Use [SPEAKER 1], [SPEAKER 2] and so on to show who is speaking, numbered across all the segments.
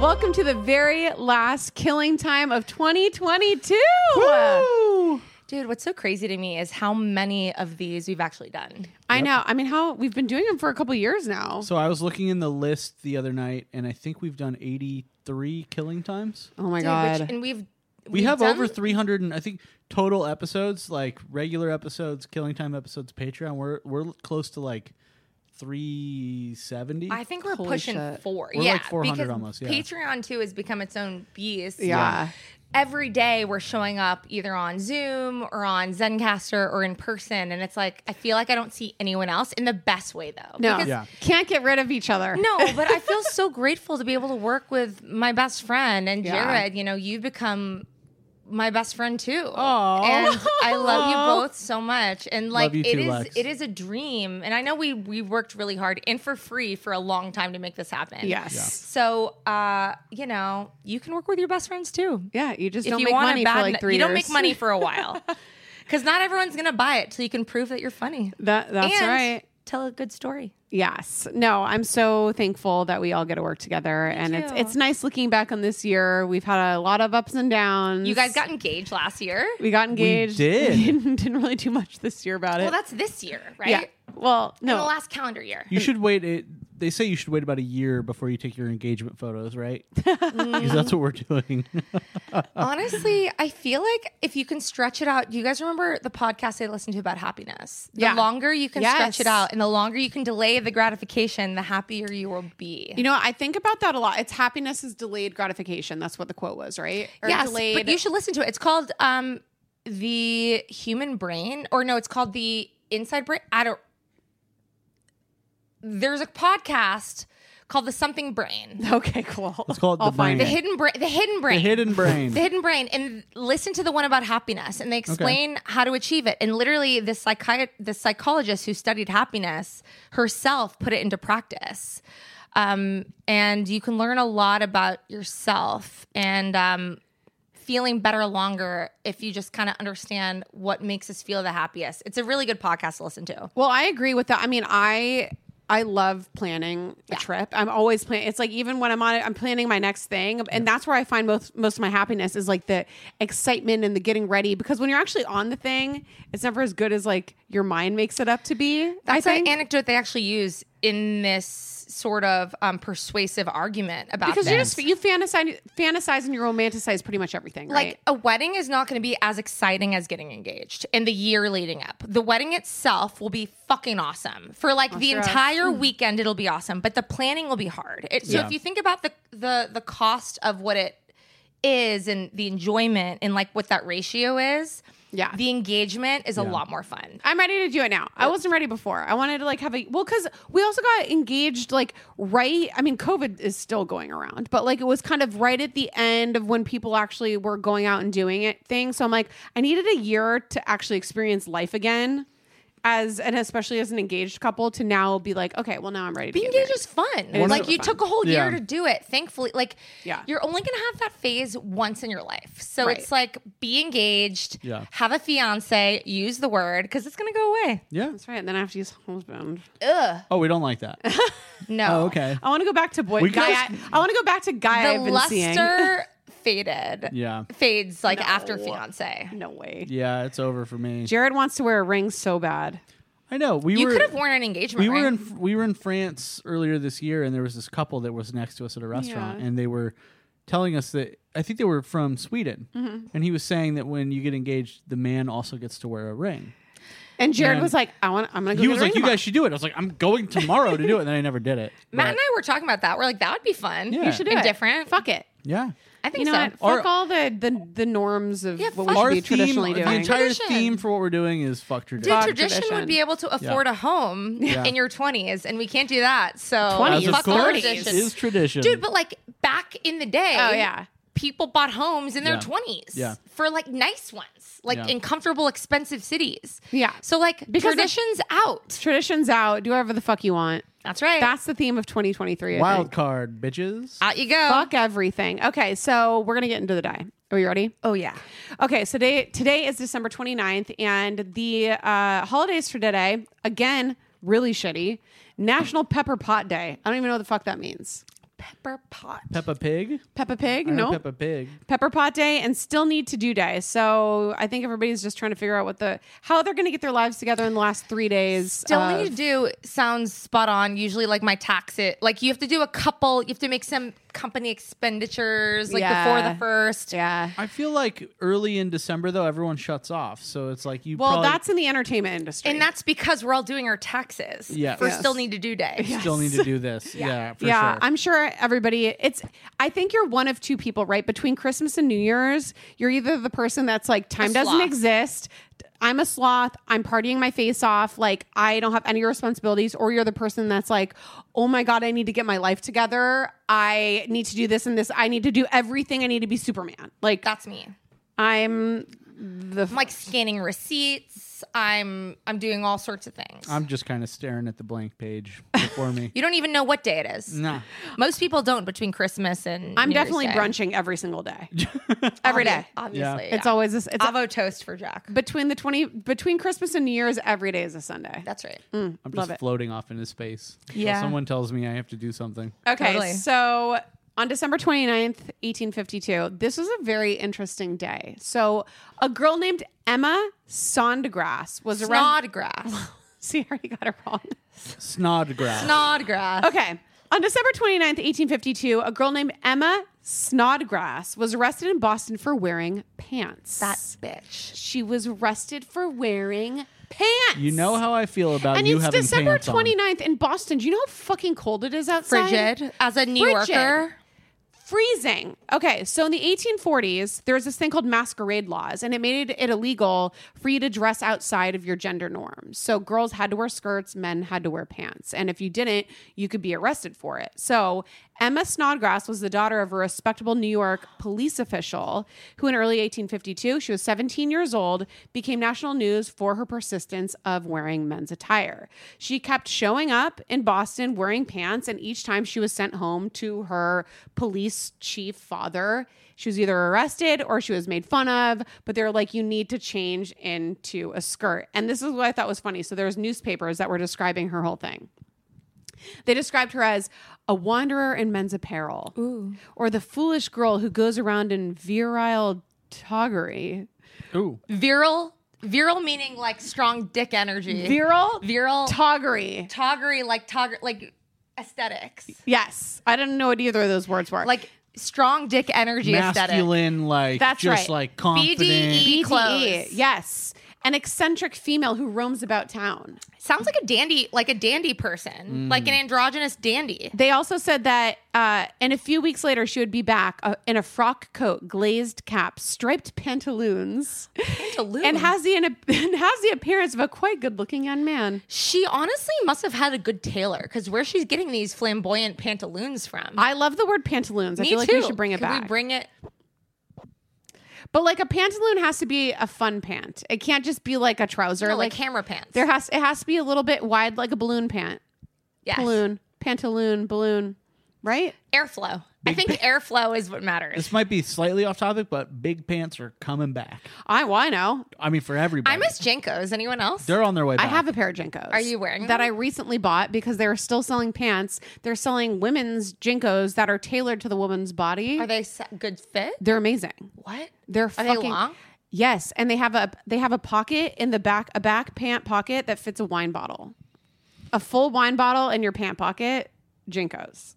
[SPEAKER 1] Welcome to the very last killing time of 2022.
[SPEAKER 2] Dude, what's so crazy to me is how many of these we've actually done.
[SPEAKER 1] I know. I mean, how we've been doing them for a couple years now.
[SPEAKER 3] So I was looking in the list the other night, and I think we've done 83 killing times.
[SPEAKER 1] oh my
[SPEAKER 2] Dude,
[SPEAKER 1] god.
[SPEAKER 2] Which, and we've
[SPEAKER 3] We
[SPEAKER 2] we've
[SPEAKER 3] have over
[SPEAKER 2] done-
[SPEAKER 3] 300, and I think total episodes, like regular episodes, killing time episodes, Patreon. We're we're close to like 370.
[SPEAKER 2] I think we're
[SPEAKER 1] Holy
[SPEAKER 2] pushing
[SPEAKER 1] shit.
[SPEAKER 2] 4
[SPEAKER 3] We're
[SPEAKER 2] yeah,
[SPEAKER 3] like 400
[SPEAKER 2] because
[SPEAKER 3] almost, yeah.
[SPEAKER 2] Patreon too has become its own beast.
[SPEAKER 1] Yeah.
[SPEAKER 2] Every day we're showing up either on Zoom or on Zencaster or in person, and it's like I feel like I don't see anyone else in the best way though.
[SPEAKER 1] no.
[SPEAKER 2] Because-
[SPEAKER 3] Yeah.
[SPEAKER 1] Can't get rid of each other.
[SPEAKER 2] No, but I feel so grateful to be able to work with my best friend and
[SPEAKER 1] Yeah.
[SPEAKER 2] Jared. You know, you've become my best friend too.
[SPEAKER 1] Aw.
[SPEAKER 2] And I love
[SPEAKER 1] Aw.
[SPEAKER 2] you both so much. And like
[SPEAKER 3] Love you
[SPEAKER 2] it
[SPEAKER 3] too,
[SPEAKER 2] is
[SPEAKER 3] Lex.
[SPEAKER 2] it is a dream. And I know we we worked really hard and for free for a long time to make this happen.
[SPEAKER 1] Yes.
[SPEAKER 2] So uh, you know, you can work with your best friends too.
[SPEAKER 1] Yeah. you just
[SPEAKER 2] if
[SPEAKER 1] don't
[SPEAKER 2] you
[SPEAKER 1] make
[SPEAKER 2] want
[SPEAKER 1] money
[SPEAKER 2] a bad
[SPEAKER 1] for like
[SPEAKER 2] n-
[SPEAKER 1] three
[SPEAKER 2] you
[SPEAKER 1] years.
[SPEAKER 2] don't make money for a while. Cause not everyone's gonna buy it till you can prove that you're funny.
[SPEAKER 1] That that's
[SPEAKER 2] and
[SPEAKER 1] right.
[SPEAKER 2] Tell a good story.
[SPEAKER 1] Yes. No, I'm so thankful that we all get to work together. and it's
[SPEAKER 2] too.
[SPEAKER 1] it's nice looking back on this year. We've had a lot of ups and downs.
[SPEAKER 2] You guys got engaged last year.
[SPEAKER 1] we got engaged.
[SPEAKER 3] did.
[SPEAKER 1] didn't, didn't really do much this year about it.
[SPEAKER 2] Well, that's this year, right?
[SPEAKER 1] yeah. Oh. Well,
[SPEAKER 2] In the
[SPEAKER 1] no.
[SPEAKER 2] last calendar year.
[SPEAKER 3] you should wait. It, they say you should wait about a year before you take your engagement photos, right? Because that's what we're doing.
[SPEAKER 2] Honestly, I feel like if you can stretch it out, do you guys remember the podcast I listened to about happiness? The
[SPEAKER 1] Yeah.
[SPEAKER 2] longer you can
[SPEAKER 1] Yes.
[SPEAKER 2] stretch it out and the longer you can delay the gratification, the happier you will be.
[SPEAKER 1] You know, I think about that a lot. It's happiness is delayed gratification. That's what the quote was, right? Or
[SPEAKER 2] yes,
[SPEAKER 1] delayed.
[SPEAKER 2] but you should listen to it. It's called um, The Human Brain, or no, it's called The Inside Brain. I don't. There's a podcast called The Something Brain.
[SPEAKER 1] Okay, cool.
[SPEAKER 3] Let's call it the brain.
[SPEAKER 2] The hidden brain, the hidden brain,
[SPEAKER 3] The hidden brain.
[SPEAKER 2] the hidden brain and listen to the one about happiness and they explain how to achieve it and literally the psychiat- the psychologist who studied happiness herself put it into practice um, and you can learn a lot about yourself and um, feeling better longer if you just kind of understand what makes us feel the happiest it's a really good podcast to listen to
[SPEAKER 1] Well, I agree with that. I mean, I I love planning a trip. I'm always planning. It's like even when I'm on it, I'm planning my next thing, and that's where I find most most of my happiness is like the excitement and the getting ready. Because when you're actually on the thing, it's never as good as like your mind makes it up to be.
[SPEAKER 2] That's
[SPEAKER 1] I
[SPEAKER 2] an
[SPEAKER 1] think.
[SPEAKER 2] anecdote they actually use in this sort of um, persuasive argument about
[SPEAKER 1] because you
[SPEAKER 2] this.
[SPEAKER 1] just you fantasize, fantasize, and you romanticize pretty much everything.
[SPEAKER 2] like
[SPEAKER 1] right?
[SPEAKER 2] a wedding is not going to be as exciting as getting engaged in the year leading up. The wedding itself will be fucking awesome for like the
[SPEAKER 1] sure.
[SPEAKER 2] entire
[SPEAKER 1] Mm.
[SPEAKER 2] weekend. It'll be awesome, but the planning will be hard. It, so
[SPEAKER 3] Yeah.
[SPEAKER 2] if you think about the the the cost of what it is and the enjoyment and like what that ratio is,
[SPEAKER 1] Yeah.
[SPEAKER 2] the engagement is a lot more fun.
[SPEAKER 1] I'm ready to do it now.
[SPEAKER 2] Oh.
[SPEAKER 1] I wasn't ready before. I wanted to like have a well because we also got engaged like right. I mean, COVID is still going around, but like it was kind of right at the end of when people actually were going out and doing it things. So I'm like, I needed a year to actually experience life again, as and especially as an engaged couple to now be like, okay, well now I'm ready. to
[SPEAKER 2] Being
[SPEAKER 1] get
[SPEAKER 2] engaged is fun.
[SPEAKER 1] is
[SPEAKER 2] like
[SPEAKER 1] super
[SPEAKER 2] you
[SPEAKER 1] fun.
[SPEAKER 2] took a whole year to
[SPEAKER 3] Yeah.
[SPEAKER 2] do it. Thankfully, like
[SPEAKER 1] Yeah.
[SPEAKER 2] you're only gonna have that phase once in your life. So
[SPEAKER 1] Right.
[SPEAKER 2] it's like be engaged,
[SPEAKER 3] Yeah.
[SPEAKER 2] have a fiance, use the word because it's gonna go away.
[SPEAKER 3] yeah.
[SPEAKER 1] That's right. And then I have to use husband.
[SPEAKER 3] Oh, we don't like that.
[SPEAKER 2] No,
[SPEAKER 3] Oh, okay.
[SPEAKER 1] I want to go back to boy
[SPEAKER 3] We
[SPEAKER 1] guy. I,
[SPEAKER 3] can-
[SPEAKER 1] want to go back to guy
[SPEAKER 2] The
[SPEAKER 1] I've been seeing.
[SPEAKER 2] luster faded.
[SPEAKER 3] Yeah.
[SPEAKER 2] fades like after fiance.
[SPEAKER 1] No way.
[SPEAKER 3] Yeah, it's over for me.
[SPEAKER 1] Jared wants to wear a ring so bad.
[SPEAKER 3] I know. We
[SPEAKER 2] You
[SPEAKER 3] were,
[SPEAKER 2] could have worn an engagement
[SPEAKER 3] we
[SPEAKER 2] ring.
[SPEAKER 3] were in we were in France earlier this year, and there was this couple that was next to us at a restaurant,
[SPEAKER 1] Yeah.
[SPEAKER 3] and they were telling us that I think they were from Sweden, and he was saying that when you get engaged, the man also gets to wear a ring.
[SPEAKER 1] And Jared
[SPEAKER 3] And-
[SPEAKER 1] was like, I want. I'm gonna go.
[SPEAKER 3] He
[SPEAKER 1] get a
[SPEAKER 3] was like,
[SPEAKER 1] ring
[SPEAKER 3] "You
[SPEAKER 1] tomorrow."
[SPEAKER 3] guys should do it." I was like, "I'm going tomorrow to do it," and then I never did it.
[SPEAKER 2] Matt
[SPEAKER 3] But-
[SPEAKER 2] and I were talking about that. We're like, that would be fun.
[SPEAKER 3] Yeah. You should
[SPEAKER 1] do it.
[SPEAKER 2] Indifferent.
[SPEAKER 1] Fuck it.
[SPEAKER 3] yeah,
[SPEAKER 2] I think
[SPEAKER 1] You know
[SPEAKER 2] so.
[SPEAKER 1] what?
[SPEAKER 3] Or-
[SPEAKER 1] Fuck all the, the the norms of
[SPEAKER 2] Yeah,
[SPEAKER 1] what
[SPEAKER 2] fuck-
[SPEAKER 1] we
[SPEAKER 3] our
[SPEAKER 1] should be
[SPEAKER 3] theme,
[SPEAKER 1] traditionally
[SPEAKER 3] the
[SPEAKER 1] doing.
[SPEAKER 3] entire
[SPEAKER 2] Tradition.
[SPEAKER 3] theme for what we're doing is fuck
[SPEAKER 2] Dude,
[SPEAKER 3] tradition.
[SPEAKER 1] Fuck
[SPEAKER 2] tradition, would
[SPEAKER 1] tradition.
[SPEAKER 2] be able to afford a home in your 20s, and we can't do that. So,
[SPEAKER 1] 20s,
[SPEAKER 2] fuck
[SPEAKER 3] As of
[SPEAKER 2] all
[SPEAKER 3] course,
[SPEAKER 2] traditions.
[SPEAKER 3] is tradition.
[SPEAKER 2] Dude, but like back in the day,
[SPEAKER 1] Oh, yeah.
[SPEAKER 2] people bought homes in their
[SPEAKER 3] Yeah.
[SPEAKER 2] 20s
[SPEAKER 3] Yeah.
[SPEAKER 2] for like nice ones, like
[SPEAKER 3] Yeah.
[SPEAKER 2] in comfortable, expensive cities.
[SPEAKER 1] Yeah.
[SPEAKER 2] So, like,
[SPEAKER 1] Because the-
[SPEAKER 2] traditions out.
[SPEAKER 1] Traditions out. Do whatever the fuck you want.
[SPEAKER 2] That's right.
[SPEAKER 1] That's the theme of 2023. I
[SPEAKER 3] wild
[SPEAKER 1] think.
[SPEAKER 3] card, bitches.
[SPEAKER 2] out you go.
[SPEAKER 1] Fuck everything. Okay, so we're gonna get into the die. Are you ready?
[SPEAKER 2] Oh, yeah.
[SPEAKER 1] Okay, so today, today is December 29th, and the uh, holidays for today, again, really shitty. National Pepper Pot Day. I don't even know what the fuck that means.
[SPEAKER 2] Pepper pot.
[SPEAKER 3] Peppa Pig.
[SPEAKER 1] Peppa Pig?
[SPEAKER 3] I know
[SPEAKER 1] No.
[SPEAKER 3] Peppa Pig.
[SPEAKER 1] Pepper Pot Day and still need to do day. So I think everybody's just trying to figure out what the how they're going to get their lives together in the last three days. Uh,
[SPEAKER 2] Still
[SPEAKER 1] of-
[SPEAKER 2] need to do sounds spot on. Usually, like my tax it, like you have to do a couple. You have to make some company expenditures, like before
[SPEAKER 1] Yeah.
[SPEAKER 2] the first.
[SPEAKER 1] yeah.
[SPEAKER 3] I feel like early in December though, everyone shuts off, so it's like you.
[SPEAKER 1] Well,
[SPEAKER 3] probably
[SPEAKER 1] that's in the entertainment industry.
[SPEAKER 2] And that's because we're all doing our taxes
[SPEAKER 3] Yes.
[SPEAKER 2] for
[SPEAKER 3] Yes.
[SPEAKER 2] still need to do day.
[SPEAKER 3] still need to do this. yeah. for
[SPEAKER 1] yeah,
[SPEAKER 3] sure.
[SPEAKER 1] I'm sure everybody. It's. I think you're one of two people, right? Between Christmas and New Year's, you're either the person that's like, time doesn't
[SPEAKER 2] sloth.
[SPEAKER 1] exist. I'm a sloth. I'm partying my face off. Like I don't have any responsibilities. Or you're the person that's like, oh my god, I need to get my life together. I need to do this and this. I need to do everything. I need to be Superman. Like
[SPEAKER 2] That's me.
[SPEAKER 1] I'm.
[SPEAKER 2] I'm like scanning receipts. I'm I'm doing all sorts of things.
[SPEAKER 3] I'm just kind of staring at the blank page before me.
[SPEAKER 2] you don't even know what day it is.
[SPEAKER 3] nah.
[SPEAKER 2] Most people don't between Christmas and
[SPEAKER 1] I'm
[SPEAKER 2] New Year's
[SPEAKER 1] definitely
[SPEAKER 2] Day.
[SPEAKER 1] brunching every single day. every day.
[SPEAKER 2] Obviously,
[SPEAKER 1] It's
[SPEAKER 2] yeah.
[SPEAKER 1] always this. It's
[SPEAKER 2] avo toast for Jack.
[SPEAKER 1] between the twenty between Christmas and New Year's. Every day is a Sunday.
[SPEAKER 2] That's right.
[SPEAKER 1] Mm.
[SPEAKER 3] I'm just floating off into space. until
[SPEAKER 2] Yeah.
[SPEAKER 3] Someone tells me I have to do something.
[SPEAKER 1] Okay,
[SPEAKER 2] Totally.
[SPEAKER 1] so on December 29th, 1852, this was a very interesting day. So a girl named Emma Sondgrass was around.
[SPEAKER 2] Snodgrass.
[SPEAKER 1] See, I already got it wrong.
[SPEAKER 3] Snodgrass.
[SPEAKER 2] Snodgrass.
[SPEAKER 1] Okay. On December 29th, 1852, a girl named Emma Snodgrass was arrested in Boston for wearing pants.
[SPEAKER 2] That bitch.
[SPEAKER 1] she was arrested for wearing pants.
[SPEAKER 3] you know how I feel about
[SPEAKER 1] and
[SPEAKER 3] you
[SPEAKER 1] it's
[SPEAKER 3] having
[SPEAKER 1] December
[SPEAKER 3] pants on.
[SPEAKER 1] 29th in Boston. Do you know how fucking cold it is outside?
[SPEAKER 2] Frigid. As a New
[SPEAKER 1] Frigid.
[SPEAKER 2] Yorker.
[SPEAKER 1] freezing. Okay, so in the 1840s, there was this thing called masquerade laws, and it made it illegal for you to dress outside of your gender norms. So girls had to wear skirts, men had to wear pants, and if you didn't, you could be arrested for it. So Emma Snodgrass was the daughter of a respectable New York police official who, in early 1852, she was 17 years old, became national news for her persistence of wearing men's attire. She kept showing up in Boston wearing pants, and each time she was sent home to her police chief father, she was either arrested or she was made fun of. But they're like, you need to change into a skirt. And this is what I thought was funny. So there's newspapers that were describing her whole thing. They described her as a wanderer in men's apparel, or the foolish girl who goes around in virile toggery.
[SPEAKER 3] Ooh.
[SPEAKER 2] Virile. Virile meaning like strong dick energy.
[SPEAKER 1] Virile,
[SPEAKER 2] Virile.
[SPEAKER 1] toggery.
[SPEAKER 2] toggery like togger like aesthetics
[SPEAKER 1] Yes, I didn't know what either of those words were.
[SPEAKER 2] like E strong dick energy aesthetic
[SPEAKER 3] Masculine, like
[SPEAKER 1] That's
[SPEAKER 3] just
[SPEAKER 1] right. E.
[SPEAKER 3] like confident.
[SPEAKER 2] BDE.
[SPEAKER 1] BDE,
[SPEAKER 2] clothes.
[SPEAKER 1] Yes, an eccentric female who roams about town.
[SPEAKER 2] sounds like a dandy like a dandy person like an androgynous dandy
[SPEAKER 1] They also said that, uh, and a few weeks later, she would be back uh, in a frock coat, glazed cap, striped pantaloons,
[SPEAKER 2] Pantaloons.
[SPEAKER 1] and has the and has the appearance of a quite good-looking young man.
[SPEAKER 2] she honestly must have had a good tailor because where she's getting these flamboyant pantaloons from
[SPEAKER 1] I love the word pantaloons. I
[SPEAKER 2] me
[SPEAKER 1] feel like
[SPEAKER 2] too
[SPEAKER 1] we should bring it
[SPEAKER 2] Could
[SPEAKER 1] back.
[SPEAKER 2] we bring it
[SPEAKER 1] but like a pantaloon has to be a fun pant. It can't just be like a trouser.
[SPEAKER 2] no,
[SPEAKER 1] like
[SPEAKER 2] like, camera pants
[SPEAKER 1] there has it has to be a little bit wide, like a balloon pant,
[SPEAKER 2] yes.
[SPEAKER 1] balloon, pantaloon, balloon, right?
[SPEAKER 2] airflow i think airflow is what matters
[SPEAKER 3] This might be slightly off topic, but big pants are coming back.
[SPEAKER 1] I well, I know.
[SPEAKER 3] I mean, for everybody.
[SPEAKER 2] i miss jenkos anyone else
[SPEAKER 3] They're on their way back.
[SPEAKER 1] I have a pair of Jinkos.
[SPEAKER 2] Are you wearing
[SPEAKER 1] that?
[SPEAKER 2] them?
[SPEAKER 1] I recently bought because they were still selling pants. They're selling women's Jinkos that are tailored to the woman's body.
[SPEAKER 2] are they s- good fit
[SPEAKER 1] They're amazing.
[SPEAKER 2] what
[SPEAKER 1] They're
[SPEAKER 2] are
[SPEAKER 1] fucking
[SPEAKER 2] they long
[SPEAKER 1] yes, and they have a they have a pocket in the back a back pant pocket that fits a wine bottle, a full wine bottle in your pant pocket. Jinkos.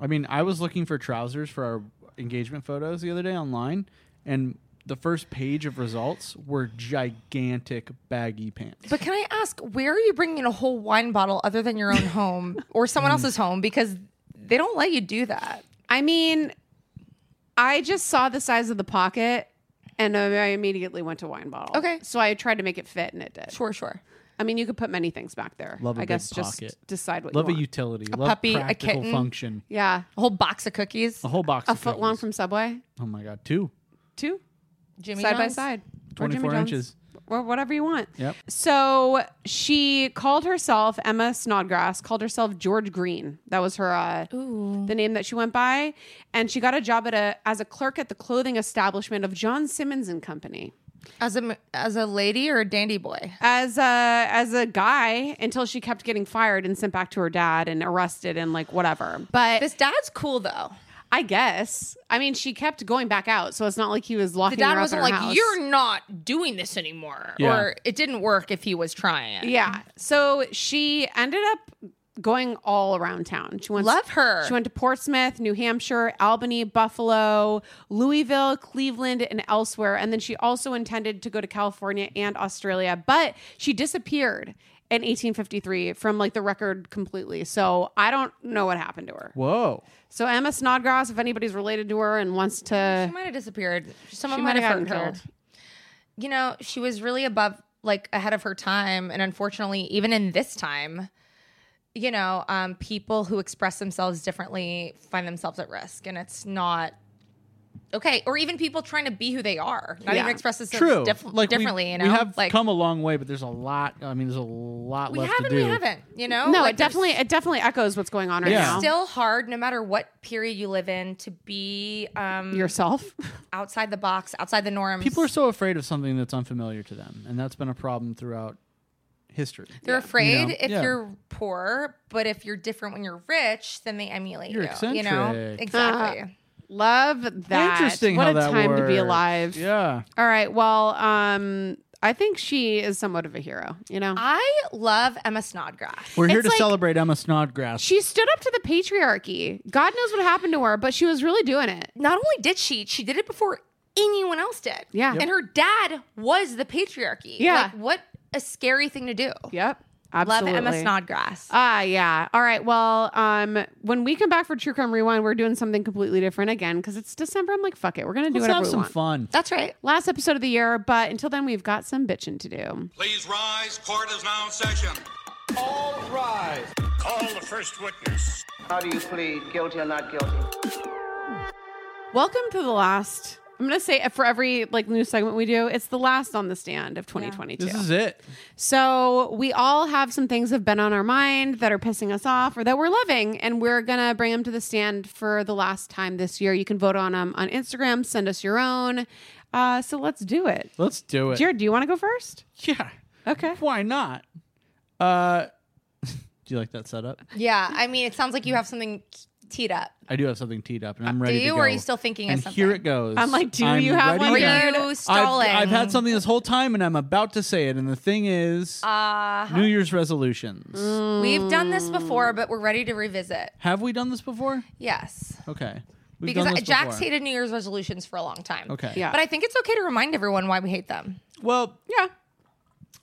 [SPEAKER 3] I mean, I was looking for trousers for our engagement photos the other day online, and the first page of results were gigantic baggy pants.
[SPEAKER 2] But can I ask, where are you bringing a whole wine bottle other than your own home or someone else's home? Because they don't let you do that.
[SPEAKER 1] I mean, I just saw the size of the pocket and I immediately went to wine bottle.
[SPEAKER 2] Okay.
[SPEAKER 1] So I tried to make it fit and it did.
[SPEAKER 2] Sure, sure.
[SPEAKER 1] I mean, you could put many things back there.
[SPEAKER 3] Love
[SPEAKER 1] I
[SPEAKER 3] a big
[SPEAKER 1] guess
[SPEAKER 3] pocket.
[SPEAKER 1] just decide what
[SPEAKER 3] Love
[SPEAKER 1] you
[SPEAKER 3] a
[SPEAKER 1] want.
[SPEAKER 3] utility, a
[SPEAKER 2] puppy, a
[SPEAKER 3] practical
[SPEAKER 2] kitten.
[SPEAKER 3] function,
[SPEAKER 1] yeah.
[SPEAKER 2] A whole box of cookies,
[SPEAKER 3] a whole box.
[SPEAKER 1] A
[SPEAKER 3] of
[SPEAKER 1] foot long
[SPEAKER 3] cookies.
[SPEAKER 1] from Subway.
[SPEAKER 3] Oh my god, two.
[SPEAKER 1] Two.
[SPEAKER 2] Jimmy
[SPEAKER 1] side by
[SPEAKER 2] John's.
[SPEAKER 1] side. Or Jimmy
[SPEAKER 3] 24
[SPEAKER 1] John's.
[SPEAKER 3] inches.
[SPEAKER 1] Or whatever you want.
[SPEAKER 3] Yep.
[SPEAKER 1] So she called herself Emma Snodgrass, called herself George Green. That was her uh, the name that she went by, and she got a job at a as a clerk at the clothing establishment of John Simmons and Company
[SPEAKER 2] As a m- as a lady or a dandy boy.
[SPEAKER 1] as a as a guy until she kept getting fired and sent back to her dad and arrested and like whatever. But
[SPEAKER 2] This dad's cool though.
[SPEAKER 1] I guess I mean she kept going back out, so it's not like he was
[SPEAKER 2] The
[SPEAKER 1] locking her
[SPEAKER 2] dad
[SPEAKER 1] up
[SPEAKER 2] wasn't
[SPEAKER 1] in her
[SPEAKER 2] like,
[SPEAKER 1] house.
[SPEAKER 2] "You're not doing this anymore,"
[SPEAKER 3] Yeah.
[SPEAKER 2] or it didn't work if he was trying.
[SPEAKER 1] Yeah. So she ended up going all around town. She went
[SPEAKER 2] Love her.
[SPEAKER 1] She went to Portsmouth, New Hampshire, Albany, Buffalo, Louisville, Cleveland, and elsewhere. And then she also intended to go to California and Australia, but she disappeared in 1853 from like the record completely. So I don't know what happened to her.
[SPEAKER 3] Whoa.
[SPEAKER 1] So Emma Snodgrass, if anybody's related to her and wants
[SPEAKER 2] She
[SPEAKER 1] to,
[SPEAKER 2] might have disappeared. Someone
[SPEAKER 1] She
[SPEAKER 2] might
[SPEAKER 1] might
[SPEAKER 2] have
[SPEAKER 1] have
[SPEAKER 2] hurt
[SPEAKER 1] gotten
[SPEAKER 2] her.
[SPEAKER 1] killed.
[SPEAKER 2] You know, she was really above, like ahead of her time, and unfortunately, even in this time, you know, um, people who express themselves differently find themselves at risk, and it's not okay. Or even people trying to be who they are, not
[SPEAKER 1] Yeah.
[SPEAKER 2] even express themselves
[SPEAKER 3] True.
[SPEAKER 2] diff-
[SPEAKER 3] like we-
[SPEAKER 2] differently. you know,
[SPEAKER 3] we have
[SPEAKER 2] like
[SPEAKER 3] come a long way, but there's a lot. I mean, there's a lot
[SPEAKER 2] we
[SPEAKER 3] left
[SPEAKER 2] have
[SPEAKER 3] to
[SPEAKER 2] and we
[SPEAKER 3] do.
[SPEAKER 2] haven't. You know,
[SPEAKER 1] no,
[SPEAKER 2] Oh, Like,
[SPEAKER 1] it
[SPEAKER 2] there's-
[SPEAKER 1] definitely it definitely echoes what's going on right
[SPEAKER 3] Yeah.
[SPEAKER 1] now.
[SPEAKER 2] Still hard, no matter what period you live in, to be um,
[SPEAKER 1] Yourself,
[SPEAKER 2] outside the box, outside the norms.
[SPEAKER 3] People are so afraid of something that's unfamiliar to them, and that's been a problem throughout history.
[SPEAKER 2] They're afraid
[SPEAKER 3] know?
[SPEAKER 2] if
[SPEAKER 3] Yeah.
[SPEAKER 2] you're poor, but if you're different when you're rich, then they emulate
[SPEAKER 3] You're
[SPEAKER 2] you. You know
[SPEAKER 3] eccentric.
[SPEAKER 2] exactly.
[SPEAKER 1] Ah. love that.
[SPEAKER 3] Interesting
[SPEAKER 1] What
[SPEAKER 3] how
[SPEAKER 1] a
[SPEAKER 3] that
[SPEAKER 1] time to be
[SPEAKER 3] works.
[SPEAKER 1] alive.
[SPEAKER 3] Yeah.
[SPEAKER 1] All right. Well, um, I think she is somewhat of a hero. You know,
[SPEAKER 2] I love Emma Snodgrass.
[SPEAKER 3] We're here
[SPEAKER 1] It's
[SPEAKER 3] to
[SPEAKER 1] like-
[SPEAKER 3] celebrate Emma Snodgrass.
[SPEAKER 1] she stood up to the patriarchy. God knows what happened to her, but she was really doing it.
[SPEAKER 2] Not only did she, she did it before anyone else did.
[SPEAKER 1] Yeah. Yep.
[SPEAKER 2] And her dad was the patriarchy.
[SPEAKER 1] Yeah.
[SPEAKER 2] Like, what a scary thing to do.
[SPEAKER 1] Yep.
[SPEAKER 2] Love
[SPEAKER 1] Absolutely.
[SPEAKER 2] Emma Snodgrass.
[SPEAKER 1] Ah, yeah. All right. Well, um, when we come back for True Crime Rewind, we're doing something completely different again because it's December. I'm like, fuck it. We're gonna do
[SPEAKER 3] Let's
[SPEAKER 1] whatever
[SPEAKER 3] have
[SPEAKER 1] we
[SPEAKER 3] some
[SPEAKER 1] want.
[SPEAKER 3] fun.
[SPEAKER 2] That's right.
[SPEAKER 1] Last episode of the year, but until then, we've got some bitching to do.
[SPEAKER 4] Please rise. Court is now in session.
[SPEAKER 5] All rise.
[SPEAKER 4] Call the first witness.
[SPEAKER 5] How do you plead, guilty or not guilty?
[SPEAKER 1] Welcome to the last. I'm gonna say for every like new segment we do, it's the last on the stand of 2022.
[SPEAKER 3] This is it.
[SPEAKER 1] So we all have some things that have been on our mind that are pissing us off or that we're loving, and we're gonna bring them to the stand for the last time this year. You can vote on them on Instagram. Send us your own. Uh, so let's do it.
[SPEAKER 3] Let's do it.
[SPEAKER 1] Jared, do you want to go first?
[SPEAKER 3] yeah.
[SPEAKER 1] Okay.
[SPEAKER 3] Why not? Uh, do you like that setup?
[SPEAKER 2] Yeah. I mean, it sounds like you have something teed up.
[SPEAKER 3] I do have something teed up, and
[SPEAKER 1] Uh,
[SPEAKER 3] I'm ready.
[SPEAKER 2] you,
[SPEAKER 3] to
[SPEAKER 2] or are
[SPEAKER 3] go.
[SPEAKER 2] you still thinking of
[SPEAKER 3] And
[SPEAKER 2] something?
[SPEAKER 3] here it goes.
[SPEAKER 1] I'm like, do you have
[SPEAKER 3] ready
[SPEAKER 1] one,
[SPEAKER 3] to-
[SPEAKER 2] Were
[SPEAKER 1] Jared?
[SPEAKER 2] you
[SPEAKER 3] I've,
[SPEAKER 2] stalling?
[SPEAKER 3] I've had something this whole time, and I'm about to say it. And the thing is,
[SPEAKER 1] Uh,
[SPEAKER 3] New Year's resolutions.
[SPEAKER 1] Mm.
[SPEAKER 2] We've done
[SPEAKER 3] Mm.
[SPEAKER 2] this before, but we're ready to revisit.
[SPEAKER 3] Have we done this before?
[SPEAKER 2] Yes.
[SPEAKER 3] Okay. We've
[SPEAKER 2] because
[SPEAKER 3] done
[SPEAKER 2] I,
[SPEAKER 3] this
[SPEAKER 2] Jack's
[SPEAKER 3] before.
[SPEAKER 2] hated New Year's resolutions for a long time.
[SPEAKER 3] Okay.
[SPEAKER 1] Yeah.
[SPEAKER 2] But I think it's okay to remind everyone why we hate them.
[SPEAKER 3] Well,
[SPEAKER 1] Yeah.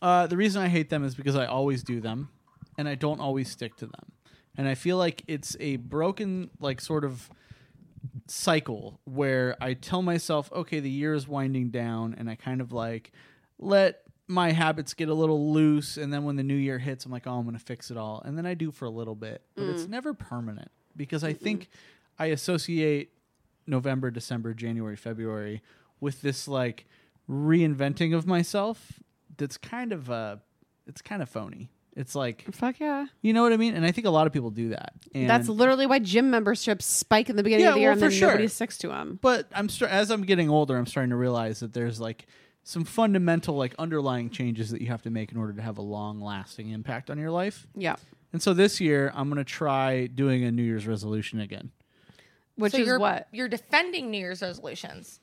[SPEAKER 3] uh, the reason I hate them is because I always do them, and I don't always stick to them, and I feel like it's a broken like sort of cycle where I tell myself, okay, the year is winding down, and I kind of like let my habits get a little loose, and then when the new year hits, I'm like, oh, I'm gonna fix it all, and then I do for a little bit, but it's never permanent because I think I associate November, December, January, February with this like reinventing of myself that's kind of uh it's kind of phony. It's like
[SPEAKER 1] Fuck yeah.
[SPEAKER 3] you know what I mean? And I think a lot of people do that. And
[SPEAKER 1] That's literally why gym memberships spike in the beginning
[SPEAKER 3] Yeah,
[SPEAKER 1] of the year
[SPEAKER 3] well,
[SPEAKER 1] and
[SPEAKER 3] for
[SPEAKER 1] then
[SPEAKER 3] sure.
[SPEAKER 1] nobody sticks to them.
[SPEAKER 3] but I'm str- as I'm getting older, I'm starting to realize that there's like some fundamental like underlying changes that you have to make in order to have a long lasting impact on your life.
[SPEAKER 1] Yeah.
[SPEAKER 3] And so this year I'm going to try doing a New Year's resolution again.
[SPEAKER 1] Which
[SPEAKER 2] so
[SPEAKER 1] is
[SPEAKER 2] you're,
[SPEAKER 1] what?
[SPEAKER 2] You're defending New Year's resolutions.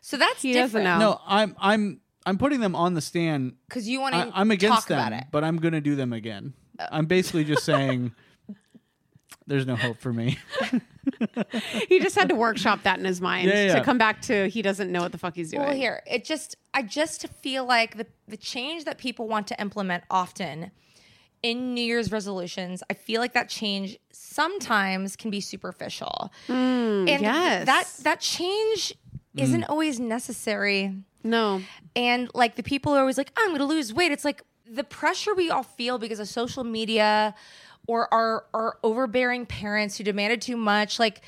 [SPEAKER 2] So that's
[SPEAKER 1] He doesn't
[SPEAKER 2] different.
[SPEAKER 1] know.
[SPEAKER 3] No, I'm I'm I'm putting them on the stand
[SPEAKER 2] Because you want
[SPEAKER 3] I,
[SPEAKER 2] to
[SPEAKER 3] I'm against
[SPEAKER 2] talk
[SPEAKER 3] them,
[SPEAKER 2] about it. Oh.
[SPEAKER 3] but I'm going to do them again. I'm basically just saying there's no hope for me.
[SPEAKER 1] he just had to workshop that in his mind
[SPEAKER 3] Yeah, yeah.
[SPEAKER 1] to come back to he doesn't know what the fuck he's doing.
[SPEAKER 2] Well, here it just I just feel like the the change that people want to implement often in New Year's resolutions, I feel like that change sometimes can be superficial, and
[SPEAKER 1] Hmm, yes.
[SPEAKER 2] that that change isn't
[SPEAKER 3] Mm.
[SPEAKER 2] always necessary.
[SPEAKER 1] No.
[SPEAKER 2] And like the people are always like, I'm going to lose weight. It's like the pressure we all feel because of social media or our, our overbearing parents who demanded too much. Like,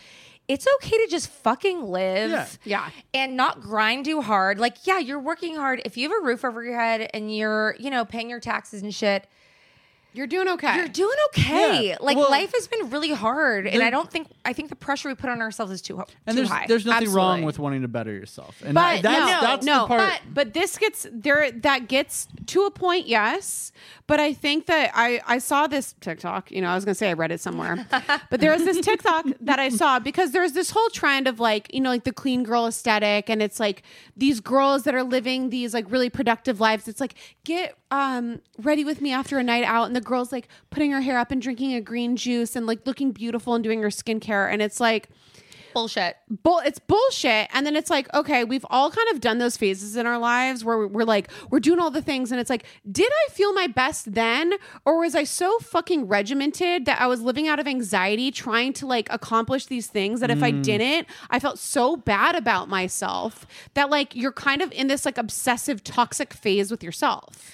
[SPEAKER 2] it's okay to just fucking live.
[SPEAKER 3] Yeah.
[SPEAKER 1] Yeah.
[SPEAKER 2] And not grind too hard. Like, yeah, you're working hard. If you have a roof over your head and you're, you know, paying your taxes and shit,
[SPEAKER 1] You're doing okay.
[SPEAKER 2] you're doing okay.
[SPEAKER 3] Yeah.
[SPEAKER 2] Like,
[SPEAKER 3] Well-
[SPEAKER 2] life has been really hard. And
[SPEAKER 3] The-
[SPEAKER 2] I don't think, I think the pressure we put on ourselves is too, ho- too
[SPEAKER 3] And there's
[SPEAKER 2] high.
[SPEAKER 3] there's nothing wrong
[SPEAKER 1] Absolutely.
[SPEAKER 3] with wanting to better yourself. And
[SPEAKER 1] but
[SPEAKER 3] I- that's
[SPEAKER 1] no,
[SPEAKER 3] that's
[SPEAKER 1] no,
[SPEAKER 3] the part.
[SPEAKER 1] But, but this gets there. That gets to a point, yes. But I think that I I saw this TikTok. You know, I was gonna say I read it somewhere, but there was this TikTok that I saw because there's this whole trend of like you know like the clean girl aesthetic, and it's like these girls that are living these like really productive lives. It's like get um ready with me after a night out, and the girls like putting her hair up and drinking a green juice and like looking beautiful and doing her skincare, and it's like
[SPEAKER 2] bullshit.
[SPEAKER 1] bull it's bullshit and then it's like okay we've all kind of done those phases in our lives where we're like we're doing all the things and it's like did i feel my best then or was i so fucking regimented that i was living out of anxiety trying to like accomplish these things that if i didn't i felt so bad about myself that like you're kind of in this like obsessive toxic phase with yourself